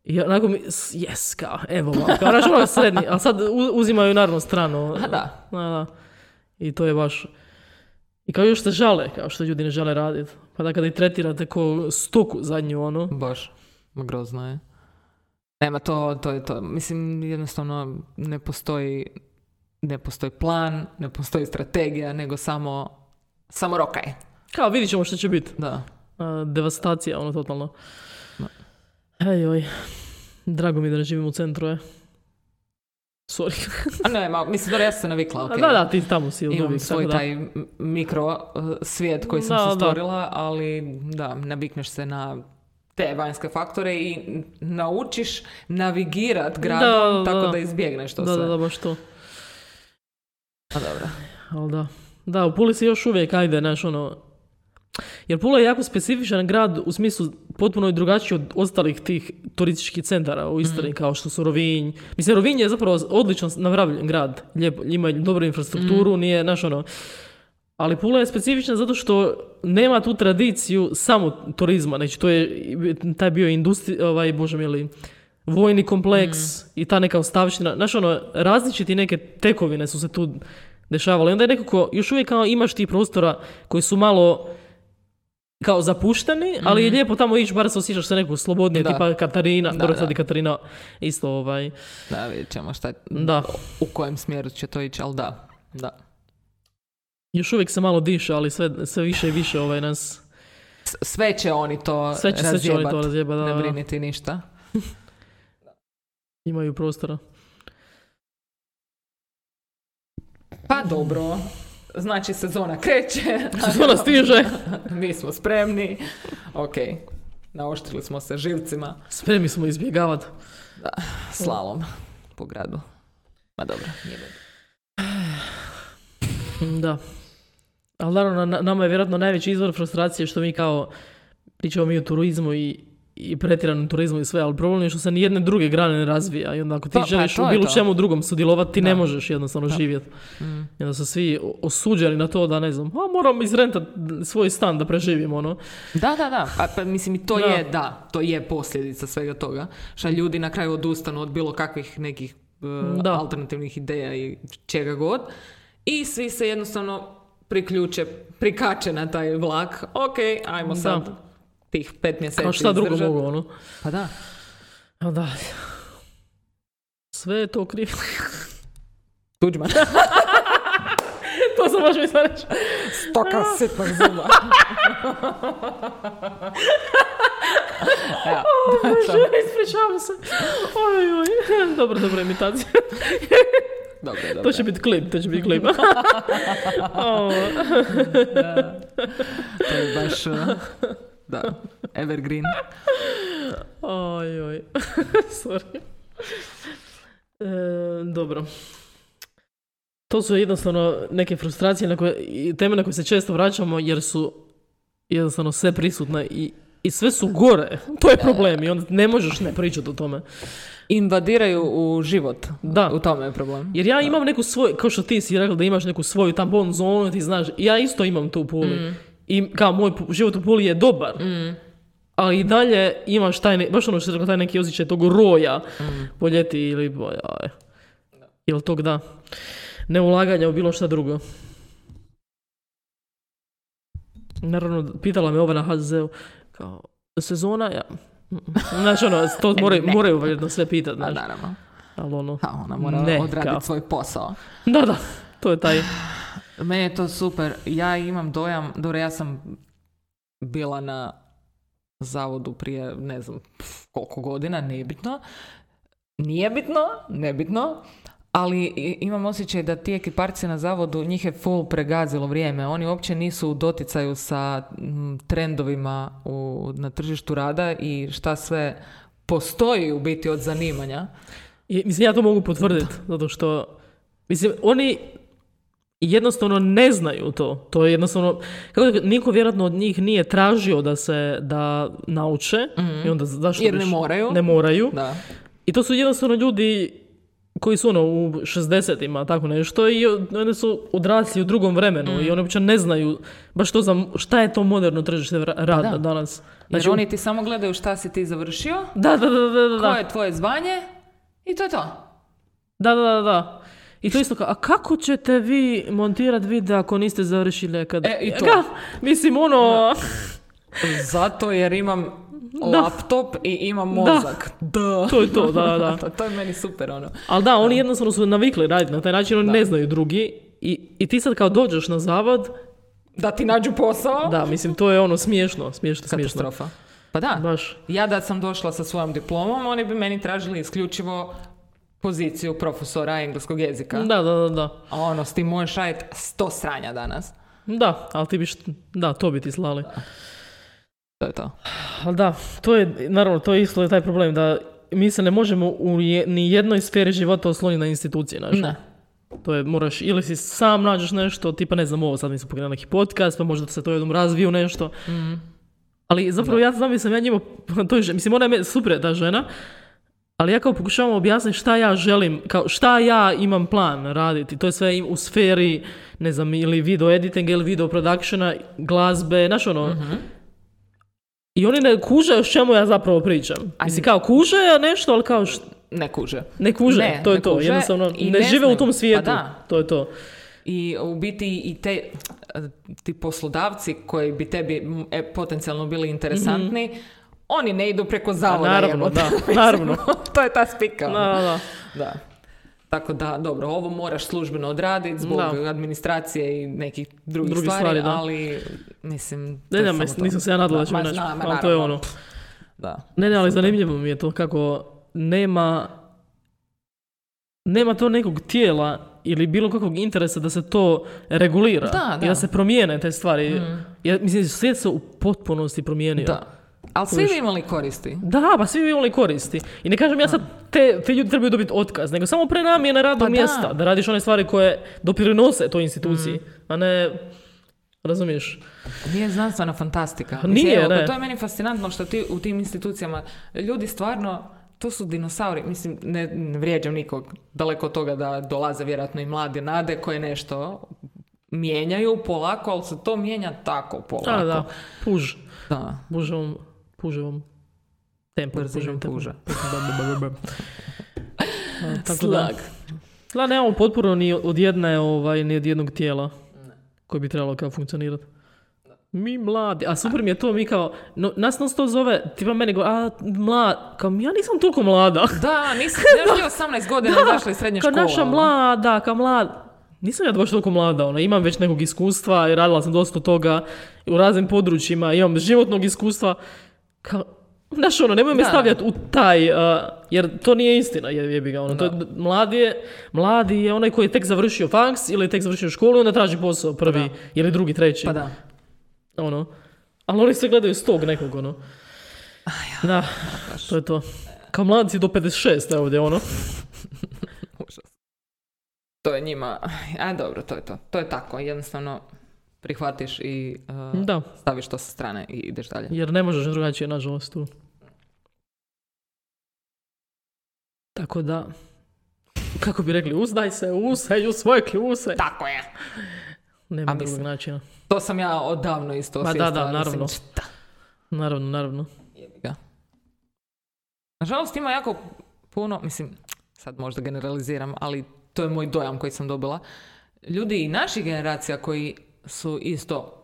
Speaker 2: I onako mi, s- jes, kao, evo vam, kao, znaš, ono srednji, ali sad u- uzimaju naravno stranu.
Speaker 1: A da.
Speaker 2: Da, da. I to je baš... I kao još se žale, kao što ljudi ne žele raditi. Pa da kada ih tretirate ko stoku zadnju, ono.
Speaker 1: Baš. Grozno je. Nema to, to je to. Mislim, jednostavno ne postoji ne postoji plan, ne postoji strategija, nego samo samo rokaj.
Speaker 2: Kao, vidit ćemo što će biti.
Speaker 1: Da.
Speaker 2: A, devastacija, ono, totalno.
Speaker 1: Da.
Speaker 2: Ej, oj. Drago mi je da ne živim u centru, je. Sorry.
Speaker 1: A ne, ma, mislim, dobro, ja sam se navikla, ok.
Speaker 2: Da, da, ti tamo si od
Speaker 1: Imam
Speaker 2: uvijek,
Speaker 1: svoj
Speaker 2: tako da.
Speaker 1: taj m- mikro uh, svijet koji sam
Speaker 2: Da,
Speaker 1: se
Speaker 2: da.
Speaker 1: stvorila, ali da, navikneš se na te vanjske faktore i n- naučiš navigirat gradom
Speaker 2: Da,
Speaker 1: tako
Speaker 2: da.
Speaker 1: da izbjegneš to
Speaker 2: da,
Speaker 1: sve.
Speaker 2: da, da, baš to.
Speaker 1: A, dobro.
Speaker 2: Ali da. Da, u Puli si još uvijek, ajde, znaš, ono... Jer Pula je jako specifičan grad u smislu potpuno je drugačiji od ostalih tih turističkih centara u Istri, kao što su Rovinj. Mislim, Rovinj je zapravo odlično napravljen grad. Lijep, ima dobru infrastrukturu, nije, znaš, ono... Ali Pula je specifična zato što nema tu tradiciju samo turizma. Znači, to je, taj bio industri, ovaj, bože mili, vojni kompleks
Speaker 1: Mm.
Speaker 2: i ta neka ostavština. Znaš, ono, različiti neke tekovine su se tu dešavale. I onda je nekako, još uvijek kao imaš ti prostora koji su malo kao zapušteni, ali je lijepo tamo ići, bar se osjećaš se nekako slobodnije,
Speaker 1: Mhm. Da.
Speaker 2: tipa Katarina,
Speaker 1: Da,
Speaker 2: dobro
Speaker 1: da.
Speaker 2: sad i Katarina isto ovaj,
Speaker 1: Da, vidjet ćemo šta,
Speaker 2: da.
Speaker 1: u kojem smjeru će to ići, ali da. da.
Speaker 2: Još uvijek se malo diše, ali sve, sve više i više ovaj nas,
Speaker 1: S- Sve će oni to
Speaker 2: sve će, sve će oni
Speaker 1: razjebat.
Speaker 2: to razjeba, da,
Speaker 1: Ne
Speaker 2: da,
Speaker 1: brini ti ništa.
Speaker 2: imaju
Speaker 1: *laughs*
Speaker 2: prostora.
Speaker 1: Pa dobro, znači sezona kreće. *laughs*
Speaker 2: Sezona stiže.
Speaker 1: Mi smo spremni. Ok, naoštrili smo se živcima.
Speaker 2: Spremni smo izbjegavati.
Speaker 1: slalom po gradu. Ma dobro, nije dobro.
Speaker 2: Mm, Da. Ali naravno, na- nama je vjerojatno najveći izvor frustracije što mi kao pričamo mi o turizmu i, i pretjeranom turizmu i sve, ali problem je što se ni jedne druge grane ne razvija i onda ako ti
Speaker 1: Pa- pa
Speaker 2: želiš
Speaker 1: to
Speaker 2: u
Speaker 1: je
Speaker 2: bilo
Speaker 1: to.
Speaker 2: čemu drugom sudjelovati, ti ne
Speaker 1: Da. Mm.
Speaker 2: možeš jednostavno živjeti. I onda su svi o- osuđeni na to da ne znam, a moram izrentati svoj stan da preživim, ono.
Speaker 1: Da, da, da. Pa, pa, mislim, i to
Speaker 2: Da.
Speaker 1: je, da, to je posljedica svega toga. Šta ljudi na kraju odustanu od bilo kakvih nekih e,
Speaker 2: Da.
Speaker 1: alternativnih ideja i čega god. I svi se jednostavno priključe, prikače na taj vlak. Ok, ajmo
Speaker 2: Da.
Speaker 1: sad tih pet mjeseci
Speaker 2: Kao šta drugo
Speaker 1: izdržat.
Speaker 2: mogu, ono.
Speaker 1: Pa da.
Speaker 2: A da. Sve je to krivo. *laughs*
Speaker 1: *laughs* Tuđman.
Speaker 2: to sam baš mislila reći.
Speaker 1: Stoka sitnog *laughs* zuba. Evo,
Speaker 2: *laughs*
Speaker 1: to je to.
Speaker 2: Ispričavam se. Oj, oj. *laughs* Dobro, dobra imitacija.
Speaker 1: Dobro, dobro.
Speaker 2: To će biti klip, to će biti *laughs* klip. O,
Speaker 1: To je baš... uh, Da, evergreen.
Speaker 2: Oj, oj. *laughs* Sorry. E, dobro. To su jednostavno neke frustracije na koje, i teme na koje se često vraćamo jer su jednostavno sve prisutne i, i sve su gore. *laughs* To je problem i onda ne možeš ne pričati o tome.
Speaker 1: Invadiraju u život.
Speaker 2: Da.
Speaker 1: U tome je problem.
Speaker 2: Jer ja imam neku svoju, kao što ti si rekla da imaš neku svoju tampon zonu, ti znaš, ja isto imam tu u Puli.
Speaker 1: Mm.
Speaker 2: I kao moj pu- život u Puli je dobar. Ali i dalje imaš taj, ne- baš ono što si rekla, taj neki osjećaj tog roja
Speaker 1: Mm.
Speaker 2: po ljeti ili, aj, ili tog da, neulaganja u bilo šta drugo. Naravno, pitala me ova na HZ-u, kao, sezona, ja... Znači ono,
Speaker 1: *laughs*
Speaker 2: to moraju,
Speaker 1: E, Ne.
Speaker 2: moraju valjda sve pitat,
Speaker 1: A
Speaker 2: znaš.
Speaker 1: naravno.
Speaker 2: Ali ono,
Speaker 1: A ona mora
Speaker 2: Ne,
Speaker 1: odraditi
Speaker 2: kao.
Speaker 1: svoj posao.
Speaker 2: da, da, to je taj.
Speaker 1: Meni je to super. Ja imam dojam, dobro, ja sam bila na zavodu prije, ne znam, pf, koliko godina, nebitno. Nije bitno, nebitno, ali i- imam osjećaj da ti ekiparci na zavodu, njih je full pregazilo vrijeme. Oni uopće nisu u doticaju sa mm, trendovima u, na tržištu rada i šta sve postoji u biti od zanimanja.
Speaker 2: I, mislim, ja to mogu potvrditi, zato što, mislim, oni jednostavno ne znaju to. To je jednostavno, kako da- niko vjerojatno od njih nije tražio da se, da nauče, i onda zašto
Speaker 1: Mhm. Jer ne
Speaker 2: biš-
Speaker 1: moraju.
Speaker 2: Ne moraju.
Speaker 1: Da.
Speaker 2: I to su jednostavno ljudi koji su ono u 60-ima, tako nešto, i oni su odrasli u drugom vremenu
Speaker 1: Mhm.
Speaker 2: i oni uopće ne znaju baš to za, šta je to moderno tržište ra- rada
Speaker 1: da.
Speaker 2: danas.
Speaker 1: Jer
Speaker 2: Znači,
Speaker 1: oni ti samo gledaju šta si ti završio,
Speaker 2: Da, da, da, da, da, da.
Speaker 1: koje je tvoje zvanje i to je to.
Speaker 2: Da, da, da, da. I to isto kao, a kako ćete vi montirati video ako niste završili nekad?
Speaker 1: E, i to.
Speaker 2: Ga, mislim, ono...
Speaker 1: Zato jer imam laptop i imam mozak. Da.
Speaker 2: To je to, da, da, da.
Speaker 1: to, to je meni super ono.
Speaker 2: Ali da, oni jednostavno su navikli raditi na taj način, oni ne znaju drugi. I, I ti sad kao dođeš na zavod,
Speaker 1: Da ti nađu posao.
Speaker 2: da, mislim, to je ono smiješno, smiješno, smiješno.
Speaker 1: Katastrofa. Pa da.
Speaker 2: Baš.
Speaker 1: Ja da sam došla sa svojom diplomom, oni bi meni tražili isključivo poziciju profesora engleskog jezika.
Speaker 2: Da, da, da, da.
Speaker 1: A ono, s tim možeš raditi sto sranja danas.
Speaker 2: Da, ali ti biš, da, to bi ti slali.
Speaker 1: To je to.
Speaker 2: Ali da, to je, naravno, to je isto taj problem da mi se ne možemo u je- ni jednoj sferi života osloniti na institucije, znaš.
Speaker 1: Ne.
Speaker 2: To je, moraš, ili si sam nađeš nešto, tipa ne znam ovo, sad nisam pogledao neki podcast, pa možda se to jednom razvije u nešto. Ali zapravo ja znam da sam ja njima, *laughs* to je, žen- mislim ona je me- super je ta žena, ali ja kao pokušavam objasniti šta ja želim, kao šta ja imam plan raditi. To je sve im- u sferi, ne znam, ili video editinga, ili video productiona, glazbe, znaš ono. I oni ne kuže o čemu ja zapravo pričam. Mislim, kao kuže nešto, ali kao št-
Speaker 1: Ne kuže.
Speaker 2: ne kuže,
Speaker 1: Ne,
Speaker 2: to je
Speaker 1: ne
Speaker 2: to.
Speaker 1: kuže
Speaker 2: Jednostavno,
Speaker 1: i
Speaker 2: ne,
Speaker 1: ne
Speaker 2: žive
Speaker 1: znaju.
Speaker 2: u tom svijetu.
Speaker 1: Pa da.
Speaker 2: To je to.
Speaker 1: I u biti i te eh, ti poslodavci koji bi tebi m, e, potencijalno bili interesantni, oni ne idu preko zavoda.
Speaker 2: Mhm. naravno,
Speaker 1: jebote.
Speaker 2: da,
Speaker 1: *laughs* Mislim,
Speaker 2: naravno.
Speaker 1: to je ta spika. ono.
Speaker 2: Da, da.
Speaker 1: Da. Tako da, dobro, ovo moraš službeno odraditi zbog
Speaker 2: Da.
Speaker 1: administracije i nekih drugih
Speaker 2: Drugih
Speaker 1: stvari,
Speaker 2: stvari, da.
Speaker 1: ali mislim... to
Speaker 2: Ne,
Speaker 1: je
Speaker 2: ne,
Speaker 1: samo
Speaker 2: mislim,
Speaker 1: to.
Speaker 2: nisam se ja nadala da ćemo
Speaker 1: ma
Speaker 2: naći,
Speaker 1: znam, ma
Speaker 2: ali to je
Speaker 1: naravno.
Speaker 2: ono.
Speaker 1: Da.
Speaker 2: Ne, ne, ali zanimljivo mi je to kako nema nema to nekog tijela ili bilo kakvog interesa da se to regulira
Speaker 1: Da, da. Mhm.
Speaker 2: i da se promijene te stvari. Jer, mislim, svijet se u potpunosti promijenio.
Speaker 1: Da. Ali svi bi imali koristi.
Speaker 2: Da, pa svi bi imali koristi. I ne kažem ja sad te, te ljudi trebaju dobiti otkaz, nego samo prenamjena radnog
Speaker 1: Pa da.
Speaker 2: mjesta, da. radiš one stvari koje doprinose toj instituciji, a ne, razumiješ?
Speaker 1: Nije znanstvena fantastika. Mislim,
Speaker 2: nije,
Speaker 1: evo, pa
Speaker 2: ne.
Speaker 1: To je meni fascinantno što ti u tim institucijama ljudi stvarno to su dinosauri, mislim, ne, ne vrijeđam nikog, daleko od toga da dolaze vjerojatno i mlade nade koje nešto mijenjaju polako, ali se to mijenja tako polako.
Speaker 2: Da, da, puž.
Speaker 1: Da.
Speaker 2: Puževom, puževom tempu.
Speaker 1: Brzinom puža.
Speaker 2: Tako da. Da, nemamo potporu ni od jedne, ovaj, ni od jednog tijela koje bi trebalo kao funkcionirati. Mi mladi, a super mi je to, mi kao, no, nas non stop zove, tipa meni go, a mlad, kao ja nisam toliko mlada.
Speaker 1: Da, nisam, ja ti 18
Speaker 2: *laughs*
Speaker 1: godina zašla iz srednje
Speaker 2: Kao
Speaker 1: škole.
Speaker 2: naša
Speaker 1: ono.
Speaker 2: mlada, kao mlad. Nisam ja baš toliko mlada, ona. imam već nekog iskustva i radila sam dosta toga u raznim područjima, imam životnog iskustva. Kao, znaš ono, nemoj me
Speaker 1: Da.
Speaker 2: stavljati u taj, uh, jer to nije istina, je, jebi ga ono. To je, mladi, je, mladi je onaj koji je tek završio faks ili je tek završio školu i onda traži posao prvi ili drugi, treći.
Speaker 1: Pa da.
Speaker 2: Ono. Ali oni se gledaju s tog nekog, ono. Da, to je to. Kao mlad si do 56, evo ovdje, ono.
Speaker 1: Užas. To je njima, a dobro, to je to. To je tako, jednostavno prihvatiš i uh,
Speaker 2: Da.
Speaker 1: staviš to sa strane i ideš dalje.
Speaker 2: Jer ne možeš drugačije, nažalost, tu. Tako da, kako bi rekli, uzdaj se, usaj u svoje kljuse.
Speaker 1: Tako je.
Speaker 2: Nema
Speaker 1: A mislim-
Speaker 2: drugog načina.
Speaker 1: To sam ja odavno isto
Speaker 2: Ma da, da,
Speaker 1: osvijestila.
Speaker 2: naravno.
Speaker 1: Mislim, šta?
Speaker 2: Naravno, naravno.
Speaker 1: Jebi ga. Nažalost ima jako puno, mislim, sad možda generaliziram, ali to je moj dojam koji sam dobila. Ljudi i naših generacija koji su isto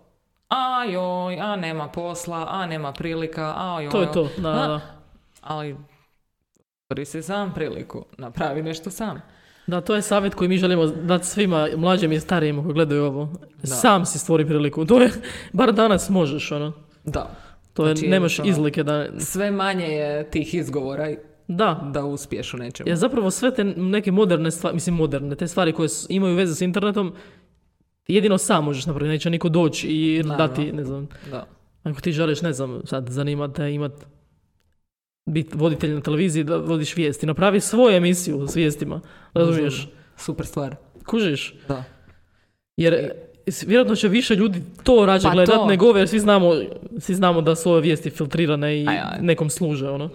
Speaker 1: a joj, a nema posla, a nema prilika, a joj.
Speaker 2: To je to, da, da, da.
Speaker 1: Ali otvori se sam priliku, napravi nešto sam.
Speaker 2: Da, to je savjet koji mi želimo dati svima mlađim i starijim koji gledaju ovo. Sam si stvori priliku. To je, bar danas možeš, ono.
Speaker 1: Da.
Speaker 2: To je,
Speaker 1: Znači,
Speaker 2: nemaš
Speaker 1: ono,
Speaker 2: izlike da...
Speaker 1: Sve manje je tih izgovora
Speaker 2: Da,
Speaker 1: da uspiješ u nečemu.
Speaker 2: jer zapravo sve te neke moderne stvari, mislim moderne, te stvari koje s- imaju veze s internetom, jedino sam možeš napraviti, neće niko doći i
Speaker 1: Naravno.
Speaker 2: dati, ne znam,
Speaker 1: Da.
Speaker 2: ako ti želiš, ne znam, sad zanima te imat biti voditelj na televiziji, da vodiš vijesti, napravi svoju emisiju s vijestima, razumiješ,
Speaker 1: Super stvar.
Speaker 2: kužiš,
Speaker 1: Da.
Speaker 2: jer s- vjerojatno će više ljudi to rađe
Speaker 1: Pa
Speaker 2: gledat
Speaker 1: to.
Speaker 2: nego ove, jer svi znamo, svi znamo da su ove vijesti filtrirane i
Speaker 1: Aj, aj.
Speaker 2: nekom služe, ono.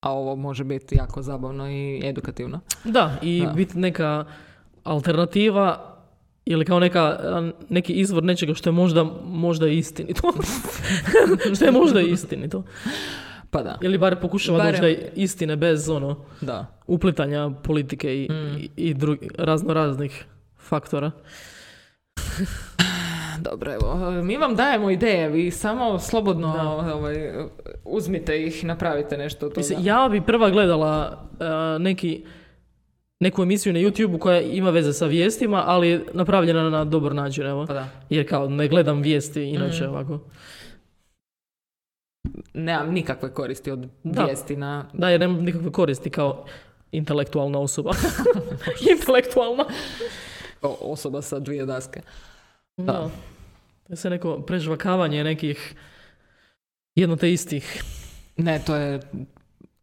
Speaker 1: A ovo može biti jako zabavno i edukativno.
Speaker 2: Da, i
Speaker 1: Da.
Speaker 2: biti neka alternativa ili kao neka, a, neki izvor nečega što je možda, možda
Speaker 1: *laughs*
Speaker 2: istinito. *laughs* što je možda istinito.
Speaker 1: Pa da,
Speaker 2: Ili bar pokušava
Speaker 1: Barem-
Speaker 2: doći do istine bez ono
Speaker 1: da.
Speaker 2: uplitanja politike i, i, i drugi, razno raznih faktora.
Speaker 1: Dobro, evo, mi vam dajemo ideje, vi samo slobodno ovaj, uzmite ih i napravite nešto od toga.
Speaker 2: Mislim, ja bi prva gledala a, neki, neku emisiju na YouTube koja ima veze sa vijestima, ali je napravljena na dobar način, evo.
Speaker 1: Pa da.
Speaker 2: Jer kao ne gledam vijesti inače ovako.
Speaker 1: Nemam nikakve koristi od
Speaker 2: Da.
Speaker 1: vijesti
Speaker 2: *laughs*
Speaker 1: na...
Speaker 2: Da, jer nemam nikakve koristi kao intelektualna osoba. *laughs* intelektualna.
Speaker 1: o- osoba sa dvije daske.
Speaker 2: Da. To je sve neko prežvakavanje nekih jedno te istih.
Speaker 1: Ne, to je...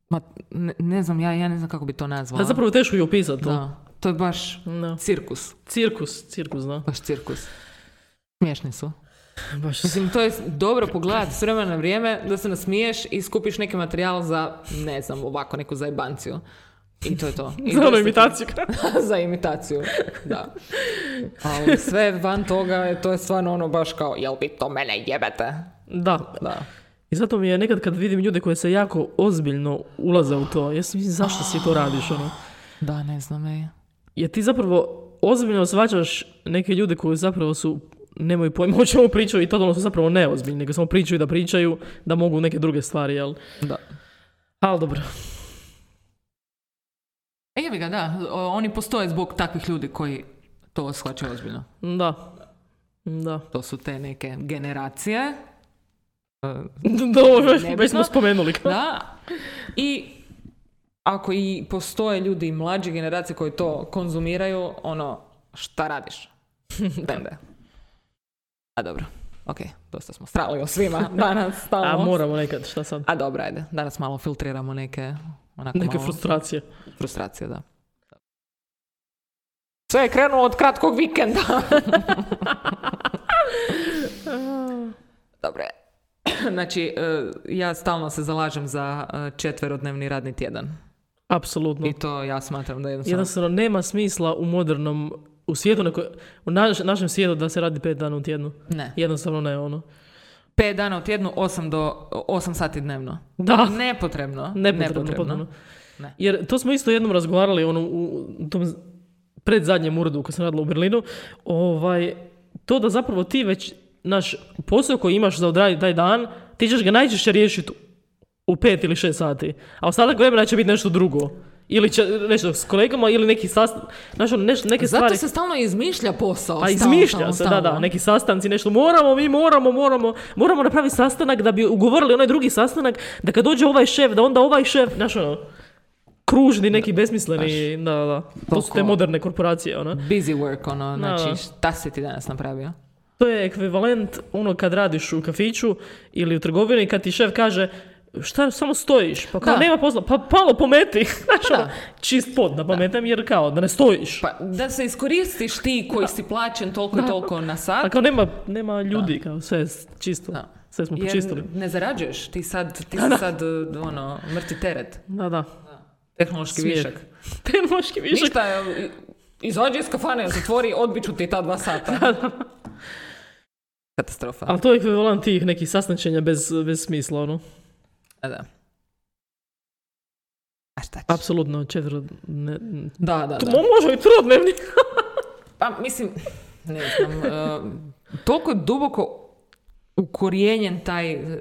Speaker 1: Ma, ne, ne znam, ja, ja ne znam kako bi to nazvala.
Speaker 2: Da, Pa zapravo teško je opisati to.
Speaker 1: Da. To je baš
Speaker 2: Da.
Speaker 1: cirkus.
Speaker 2: Cirkus, cirkus, da.
Speaker 1: Baš cirkus. Smiješni su.
Speaker 2: *laughs* Baš
Speaker 1: Mislim, to je dobro pogledati s vremena na vrijeme da se nasmiješ i skupiš neki materijal za, ne znam, ovako neku zajbanciju. I to je to. I
Speaker 2: za onu
Speaker 1: dosta-
Speaker 2: *laughs* imitaciju.
Speaker 1: *laughs* za imitaciju, da. Ali sve van toga, je- to je stvarno ono baš kao, jel vi to mene jebete?
Speaker 2: da.
Speaker 1: Da.
Speaker 2: I zato mi je nekad kad vidim ljude koji se jako ozbiljno ulaze u to, ja si mislim zašto si to radiš, ono.
Speaker 1: Da, ne znam, ej.
Speaker 2: Jer ti zapravo ozbiljno svađaš neke ljude koji zapravo su nemaju pojma o čemu pričaju i totalno su zapravo neozbiljni, nego samo pričaju da pričaju da mogu neke druge stvari, jel?
Speaker 1: Da.
Speaker 2: Ali dobro.
Speaker 1: E, jebi ga, da. o- Oni postoje zbog takvih ljudi koji to shvaćaju ozbiljno.
Speaker 2: Da. Da. *laughs*
Speaker 1: To su te neke generacije.
Speaker 2: Da, ovo već-
Speaker 1: Nebitno.
Speaker 2: već smo spomenuli.
Speaker 1: Da. I ako i postoje ljudi i mlađe generacije koji to konzumiraju, ono, šta
Speaker 2: *laughs*
Speaker 1: radiš? Bende. A dobro, ok, dosta smo strali o
Speaker 2: *laughs*
Speaker 1: svima danas,
Speaker 2: A
Speaker 1: stalno.
Speaker 2: moramo nekad, šta sad?
Speaker 1: A dobro, ajde. Danas malo filtriramo neke, onako
Speaker 2: Neke
Speaker 1: malo
Speaker 2: frustracije.
Speaker 1: frustracije, da. Sve je krenulo od kratkog vikenda. *laughs* Dobre. *clears throat* Znači, eh, ja stalno se zalažem za eh, četverodnevni radni tjedan.
Speaker 2: Apsolutno.
Speaker 1: I to ja smatram da je jednostavno...
Speaker 2: Jednostavno nema smisla u modernom, u svijetu, na koje- u naš- našem svijetu da se radi pet dana u tjednu.
Speaker 1: Ne.
Speaker 2: Jednostavno ne, ono.
Speaker 1: Pet dana u tjednu, osam, do, osam sati dnevno.
Speaker 2: Da. *laughs*
Speaker 1: Nepotrebno.
Speaker 2: Nepotrebno, potrebno. Jer to smo isto jednom razgovarali ono, u tom z- predzadnjem uredu koji sam radila u Berlinu. Ovaj, to da zapravo ti već naš posao koji imaš za odraditi taj dan, ti ćeš ga najčešće riješiti u pet ili šest sati. A ostatak vremena će biti nešto drugo. Ili će nešto s kolegama ili neki sastav... Znaš, ono, neš- neke
Speaker 1: Zato
Speaker 2: stvari...
Speaker 1: se stalno izmišlja posao.
Speaker 2: Pa
Speaker 1: stalno,
Speaker 2: izmišlja
Speaker 1: stalno,
Speaker 2: se, da, da,
Speaker 1: stalno.
Speaker 2: neki sastanci, nešto. Moramo, mi moramo, moramo, moramo napraviti sastanak da bi ugovorili onaj drugi sastanak, da kad dođe ovaj šef, da onda ovaj šef, znaš ono, kružni neki besmisleni, da, da, da. To su te
Speaker 1: Toliko-
Speaker 2: moderne korporacije, ono.
Speaker 1: Busy work, ono,
Speaker 2: da.
Speaker 1: znači, šta si ti danas napravio?
Speaker 2: To je ekvivalent ono kad radiš u kafiću ili u trgovini kad ti šef kaže šta samo stojiš, pa kao
Speaker 1: Da.
Speaker 2: nema posla, pa palo pometi, *laughs* znaš
Speaker 1: Da.
Speaker 2: ono, čist pod da pometem jer kao da ne stojiš.
Speaker 1: Pa, da se iskoristiš ti koji si plaćen toliko i toliko na
Speaker 2: A
Speaker 1: sat.
Speaker 2: kao nema, nema ljudi, kao sve je čisto,
Speaker 1: Da.
Speaker 2: sve smo počistili.
Speaker 1: Jer ne zarađuješ, ti sad, ti si sad, uh, ono, mrtvi teret.
Speaker 2: Da, da.
Speaker 1: Tehnološki
Speaker 2: Smijeh.
Speaker 1: višak. *laughs*
Speaker 2: Tehnološki višak.
Speaker 1: Ništa, e, izađi iz kafane, zatvori, odbit ću ti ta dva sata. Katastrofa.
Speaker 2: Ali to je ekvivalent tih nekih sastančenja bez, bez smisla, ono.
Speaker 1: Da, da. A šta ćeš?
Speaker 2: Apsolutno, četvr... Ne,
Speaker 1: Da, da,
Speaker 2: to
Speaker 1: da. *laughs*
Speaker 2: mo- može i trodnevni.
Speaker 1: Pa, mislim, ne znam, e, toliko je duboko ukorijenjen taj e,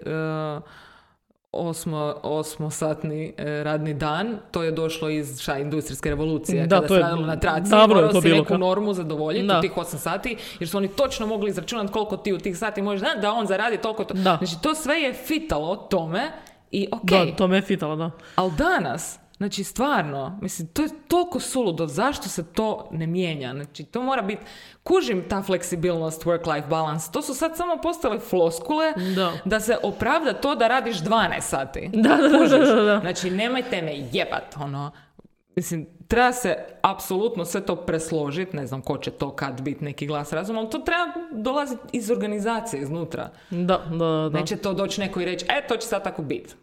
Speaker 1: osmo, osmosatni e, radni dan. To je došlo iz šta, industrijske revolucije,
Speaker 2: Da,
Speaker 1: kada
Speaker 2: to
Speaker 1: se
Speaker 2: je-
Speaker 1: radilo na traci.
Speaker 2: davno je
Speaker 1: Morao
Speaker 2: to
Speaker 1: si
Speaker 2: bilo,
Speaker 1: neku
Speaker 2: ka-
Speaker 1: normu zadovoljiti
Speaker 2: Da.
Speaker 1: u tih 8 sati, jer su oni točno mogli izračunati koliko ti u tih sati možeš dati da on zaradi toliko. To.
Speaker 2: Da.
Speaker 1: Znači, to sve je fitalo tome i ok.
Speaker 2: Da, to me je fitalo, da.
Speaker 1: Ali danas, znači stvarno, mislim, to je toliko suludo, zašto se to ne mijenja? Znači, to mora biti, kužim ta fleksibilnost, work-life balance, to su sad samo postale floskule
Speaker 2: Da.
Speaker 1: se opravda to da radiš 12 sati.
Speaker 2: Da, da, da,
Speaker 1: Kužiš?
Speaker 2: da, da, da.
Speaker 1: Znači, nemojte me jebat, ono, Mislim, treba se apsolutno sve to presložiti, ne znam ko će to kad biti neki glas razuma, ali to treba dolaziti iz organizacije, iznutra.
Speaker 2: Da, da, da, da.
Speaker 1: Neće to doći neko i reći, e, to će sad tako biti.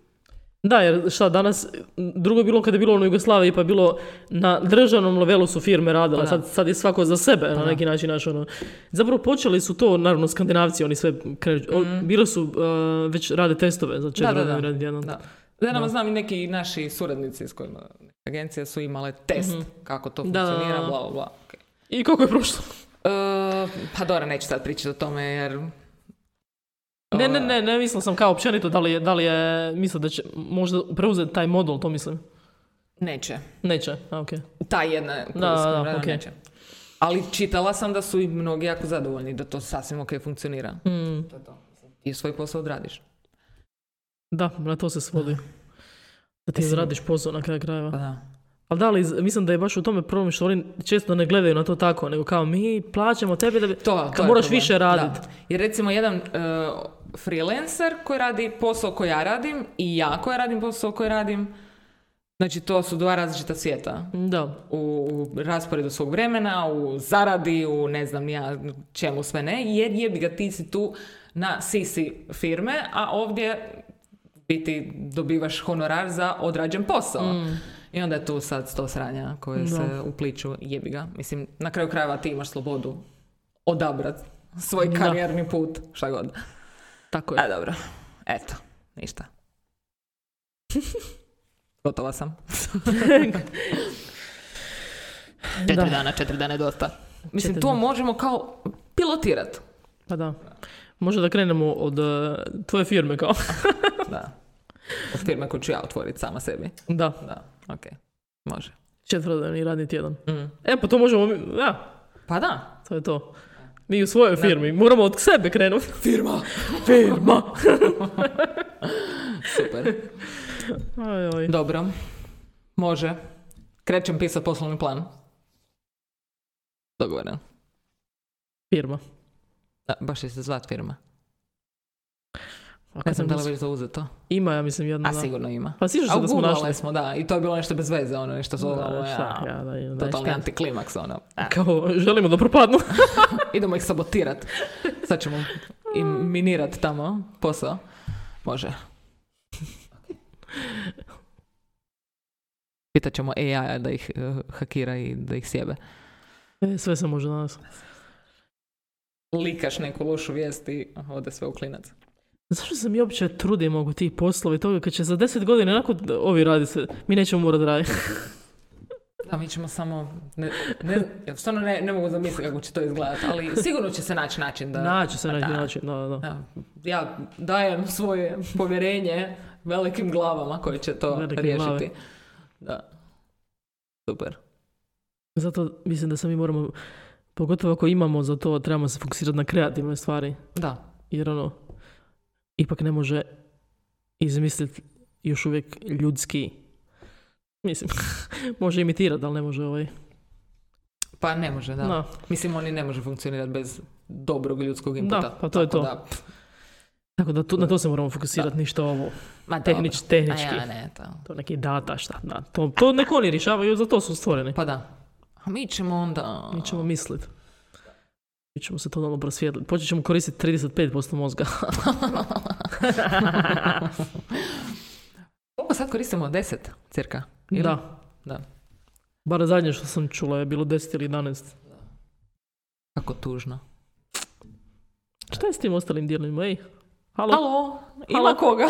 Speaker 2: Da, jer šta, danas, drugo je bilo kada je bilo ono Jugoslaviji, pa je bilo na državnom levelu su firme radile,
Speaker 1: Pa da. Pa
Speaker 2: sad, sad je svako za sebe na neki način, znaš, ono. Zapravo počeli su to, naravno, skandinavci, oni sve kreću, on- bili su, uh, već rade testove za
Speaker 1: Mhm. da,
Speaker 2: četvrlo
Speaker 1: da.
Speaker 2: jedan.
Speaker 1: Da. Da, nama znam i neki naši suradnici s kojima agencije su imale test kako to
Speaker 2: Mhm. Da, da,
Speaker 1: funkcionira,
Speaker 2: da.
Speaker 1: bla, bla, bla. Okej.
Speaker 2: I koliko je prošlo?
Speaker 1: E, pa dobro, neću sad pričati o tome jer...
Speaker 2: Ne,
Speaker 1: Ovaj.
Speaker 2: ne, ne, ne, mislila sam kao općenito da li je, da li je mislio da će možda preuzeti taj modul, to mislim.
Speaker 1: Neće.
Speaker 2: Neće, a okej.
Speaker 1: Ta jedna koju
Speaker 2: da,
Speaker 1: sam radila,
Speaker 2: okej.
Speaker 1: neće. Ali čitala sam da su i mnogi jako zadovoljni da to sasvim ok funkcionira.
Speaker 2: Mm,
Speaker 1: To je to. Ti svoj posao odradiš.
Speaker 2: da, na to se svodi. Da ti
Speaker 1: Mislim-
Speaker 2: zradiš posao na kraju krajeva.
Speaker 1: Pa da.
Speaker 2: Ali da, ali z- mislim da je baš u tome problem što oni često ne gledaju na to tako, nego kao mi plaćamo tebi da bi...
Speaker 1: To,
Speaker 2: Kad
Speaker 1: to je
Speaker 2: moraš
Speaker 1: problem.
Speaker 2: više radit.
Speaker 1: Da. Jer recimo jedan e, freelancer koji radi posao koji ja radim i ja koja radim posao koji radim, znači to su dva različita svijeta.
Speaker 2: Da,
Speaker 1: U, u rasporedu svog vremena, u zaradi, u ne znam ni ja čemu sve ne, jer jebi ga ti si tu na sisi firme, a ovdje u biti dobivaš honorar za odrađen posao.
Speaker 2: Mm.
Speaker 1: I onda je tu sad sto sranja koje se upliču, jebi ga. Mislim, na kraju krajeva ti imaš slobodu odabrat svoj
Speaker 2: Da.
Speaker 1: karijerni put, šta god.
Speaker 2: tako je.
Speaker 1: A dobro, eto, ništa.
Speaker 2: *laughs*
Speaker 1: Gotova sam. Četiri
Speaker 2: Da.
Speaker 1: dana, četiri dana je dosta. Mislim,
Speaker 2: Četiri
Speaker 1: to
Speaker 2: dana.
Speaker 1: možemo kao pilotirat.
Speaker 2: Pa da. Možda da krenemo od e, tvoje firme kao. *laughs*
Speaker 1: Da. Od firme koju ću ja otvoriti sama sebi.
Speaker 2: da,
Speaker 1: Da, ok. Može.
Speaker 2: četvrodnevni radni tjedan.
Speaker 1: Mm.
Speaker 2: E, pa to možemo mi... Da,
Speaker 1: Pa da.
Speaker 2: to je to. Mi u svojoj firmi. Moramo od sebe *laughs* krenuti.
Speaker 1: Firma!
Speaker 2: *laughs* Firma!
Speaker 1: Super.
Speaker 2: Aj, aj.
Speaker 1: Dobro. Može. Krećem pisat poslovni plan. Dogovoreno.
Speaker 2: Firma.
Speaker 1: Da, baš će se zvat firma.
Speaker 2: A
Speaker 1: Ne
Speaker 2: kad
Speaker 1: znam
Speaker 2: sam
Speaker 1: da li
Speaker 2: mis-
Speaker 1: već zauzeto.
Speaker 2: Ima, ja mislim, jedna.
Speaker 1: A
Speaker 2: da.
Speaker 1: sigurno ima.
Speaker 2: Pa sjećaš
Speaker 1: A
Speaker 2: se da smo
Speaker 1: uguglale
Speaker 2: našli.
Speaker 1: smo, da. I to je bilo nešto bez veze, ono nešto zove.
Speaker 2: Da, šta, ja, da, da,
Speaker 1: Totalni
Speaker 2: šta.
Speaker 1: antiklimaks, ono. A,
Speaker 2: Kao, želimo da propadnu. *laughs*
Speaker 1: idemo ih sabotirat. Sad ćemo im minirat tamo posao. Može. Pitat ćemo AI-a da ih eh, hakira i da ih sjebe.
Speaker 2: E, sve se može danas.
Speaker 1: Likaš neku lošu vijest i ode sve u klinac.
Speaker 2: Zašto se mi uopće trudimo oko tih poslova i toga kad će za 10 godina onako d- ovi radi se, mi nećemo morati raditi.
Speaker 1: Da, mi ćemo samo... Ne, ne, ja stvarno ne, ne mogu zamisliti kako će to izgledati, ali sigurno će se naći način da...
Speaker 2: *laughs*
Speaker 1: Pa
Speaker 2: Naći se na neki
Speaker 1: da.
Speaker 2: način, da, da.
Speaker 1: Da, ja dajem svoje povjerenje velikim glavama koje će to
Speaker 2: Velike
Speaker 1: riješiti.
Speaker 2: glave.
Speaker 1: Da. Super.
Speaker 2: Zato mislim da se mi moramo, pogotovo ako imamo za to, trebamo se fokusirati na kreativne stvari.
Speaker 1: Da.
Speaker 2: Jer ono, ipak ne može izmisliti još uvijek ljudski. Mislim, *laughs* može imitirati, ali ne može ovaj.
Speaker 1: Pa ne može, da.
Speaker 2: Da.
Speaker 1: Mislim, oni ne može funkcionirati bez dobrog ljudskog inputa.
Speaker 2: Da, pa to je
Speaker 1: Tako
Speaker 2: to.
Speaker 1: da, pff,
Speaker 2: Tako da tu- na to se moramo fokusirati, ništa ovo.
Speaker 1: ma
Speaker 2: Tehnič-
Speaker 1: dobro.
Speaker 2: tehnički.
Speaker 1: A ja ne, to.
Speaker 2: To neki data, šta, da. To, to nek oni rješavaju, za to su stvoreni.
Speaker 1: Pa da. A mi ćemo onda...
Speaker 2: Mi ćemo mislit. Mi ćemo se totalno prosvjetliti. Počet ćemo koristiti 35% mozga.
Speaker 1: Koliko sad koristimo? Deset, cirka? Ili?
Speaker 2: Da.
Speaker 1: Da.
Speaker 2: Bar zadnje što sam čula je bilo 10 ili 11.
Speaker 1: Kako tužno.
Speaker 2: Šta je s tim ostalim dijelovima, ej? Halo,
Speaker 1: Halo, ima
Speaker 2: Halo.
Speaker 1: koga?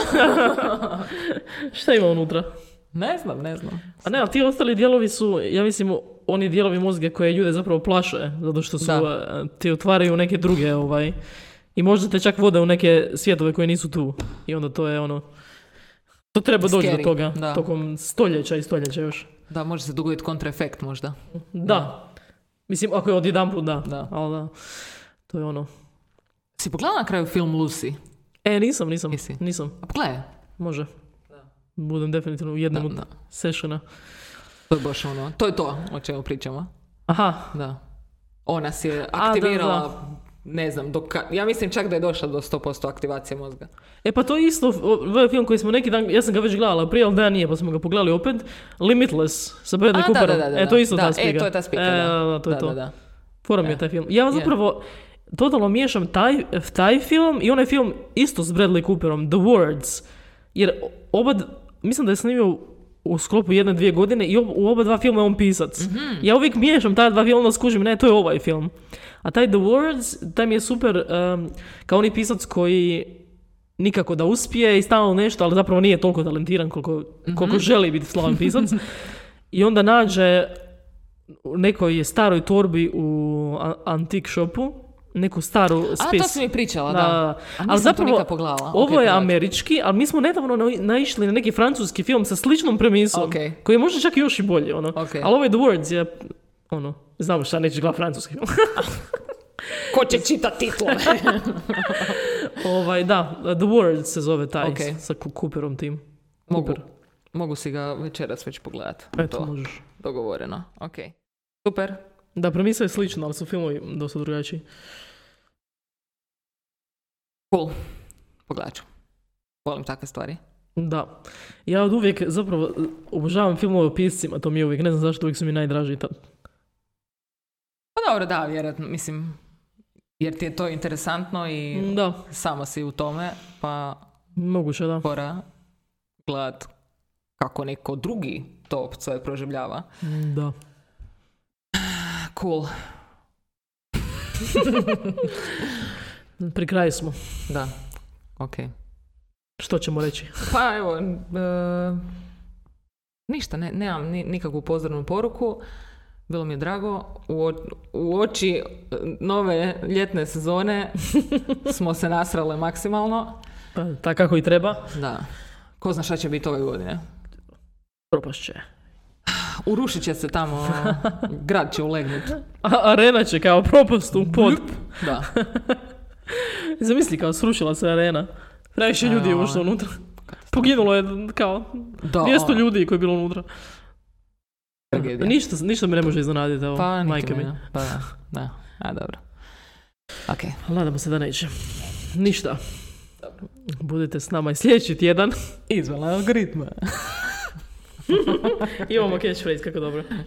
Speaker 2: šta ima unutra?
Speaker 1: *laughs* Ne znam, ne znam.
Speaker 2: A ne, ali ti ostali dijelovi su, ja mislim, oni dijelovi mozga koje ljude zapravo plaše, zato što su,
Speaker 1: Da.
Speaker 2: eh, ti otvaraju neke druge, ovaj, i možda te čak vode u neke svjetove koji nisu tu. I onda to je ono, to treba doći
Speaker 1: Scary,
Speaker 2: do toga,
Speaker 1: da.
Speaker 2: tokom stoljeća i stoljeća još.
Speaker 1: Da, može se dogoditi kontraefekt možda.
Speaker 2: Da. Mislim, ako je odjedanput, da.
Speaker 1: Da.
Speaker 2: Ali da, to je ono.
Speaker 1: Si pogledala na kraju film Lucy? Pa
Speaker 2: E, nisam, nisam,
Speaker 1: Nisi?
Speaker 2: nisam.
Speaker 1: A pogledaj.
Speaker 2: Može. Budem definitivno u jednom
Speaker 1: Da,
Speaker 2: od
Speaker 1: da.
Speaker 2: sessiona.
Speaker 1: To je baš ono, to je to o čemu pričamo.
Speaker 2: Aha,
Speaker 1: Da. Ona si je
Speaker 2: da,
Speaker 1: aktivirala, ne znam, do ka- ja mislim čak da je došla do 100% aktivacije mozga.
Speaker 2: E pa to je isto o, ovaj film koji smo neki dan, ja sam ga već gledala prije, ali da nije, pa smo ga pogledali opet. Limitless sa Bradley
Speaker 1: A, da,
Speaker 2: Cooperom.
Speaker 1: da, da, da.
Speaker 2: E, to je isto
Speaker 1: da,
Speaker 2: ta spiga.
Speaker 1: E, to je ta spiga,
Speaker 2: E,
Speaker 1: da.
Speaker 2: to je
Speaker 1: da,
Speaker 2: to.
Speaker 1: Da, da.
Speaker 2: Fora mi je
Speaker 1: E.
Speaker 2: taj film. Ja zapravo totalno miješam taj, taj film i onaj film isto s Bradley Cooperom, The Words. Jer oba, d- mislim da je snimio u sklopu jedne, dvije godine i ob- u oba dva filma je on pisac. Ja uvijek miješam ta dva filma, onda skužim, ne, to je ovaj film. A taj The Words, taj mi je super, em, kao onaj pisac koji nikako da uspije i stalno nešto, ali zapravo nije toliko talentiran koliko, koliko želi biti slavan pisac. I onda nađe u nekoj je staroj torbi u a- antik shopu neku staru spis.
Speaker 1: A, to si mi pričala, da.
Speaker 2: Da.
Speaker 1: A nisam
Speaker 2: Ali
Speaker 1: to
Speaker 2: zapravo,
Speaker 1: nikad pogledala. Ok,
Speaker 2: ovo je
Speaker 1: pogledat ću.
Speaker 2: američki, ali mi smo nedavno na- naišli na neki francuski film sa sličnom premisom,
Speaker 1: Ok.
Speaker 2: koji je možda čak i još i bolji. Ono.
Speaker 1: Ok.
Speaker 2: Ali ovaj The Words je, ono, znamo šta, nećeš gledati
Speaker 1: *laughs*
Speaker 2: francuski film.
Speaker 1: Ko će čitati
Speaker 2: *laughs*
Speaker 1: titlove?
Speaker 2: ovaj, da, The Words se zove taj,
Speaker 1: Ok.
Speaker 2: s- sa Ku- Cooperom tim.
Speaker 1: mogu,
Speaker 2: Cooper.
Speaker 1: mogu si ga večeras već pogledat.
Speaker 2: Eto,
Speaker 1: to,
Speaker 2: možeš.
Speaker 1: dogovoreno. Ok. Super.
Speaker 2: Da, premisa je slična, ali su filmovi dosta drugačiji.
Speaker 1: Cool. Pogledat ću. Volim takve stvari.
Speaker 2: Da. Ja od uvijek zapravo e, obožavam filmove o piscima, to mi je uvijek, ne znam zašto, uvijek su mi najdraži. ta-
Speaker 1: Pa dobro, da, vjerojatno, mislim, jer ti je to interesantno i
Speaker 2: Da,
Speaker 1: sama si u tome, pa
Speaker 2: moguće da.
Speaker 1: fora gledat kako neko drugi to svoje proživljava.
Speaker 2: Da.
Speaker 1: Cool.
Speaker 2: Pri kraju smo.
Speaker 1: Da. Ok.
Speaker 2: Što ćemo reći?
Speaker 1: Pa evo, e, ništa, ne, nemam ni- nikakvu pozdravnu poruku. Bilo mi je drago. U, o- u oči e, nove ljetne *laughs* sezone smo se nasrale maksimalno.
Speaker 2: Pa, tako kako i treba.
Speaker 1: Da. Ko zna šta će biti ove godine.
Speaker 2: Propašće.
Speaker 1: Urušit će se *laughs* tamo, grad će ulegnut.
Speaker 2: A, arena će kao propast u
Speaker 1: *laughs*
Speaker 2: pod.
Speaker 1: Da.
Speaker 2: Zamisli kao srušila se arena. Previše ljudi je
Speaker 1: ono
Speaker 2: ušlo unutra. Poginulo je kao
Speaker 1: Da.
Speaker 2: 200 ljudi koji je bilo unutra.
Speaker 1: Tragedija.
Speaker 2: Ništa, ništa me ne može iznenaditi, evo,
Speaker 1: Pa, niti
Speaker 2: majke mi.
Speaker 1: mene. Pa da, da. A, dobro. Ok.
Speaker 2: Nadamo se da neće. Ništa. Budite s nama i sljedeći tjedan. *laughs*
Speaker 1: Izvala algoritma.
Speaker 2: Imamo catchphrase, kako dobro.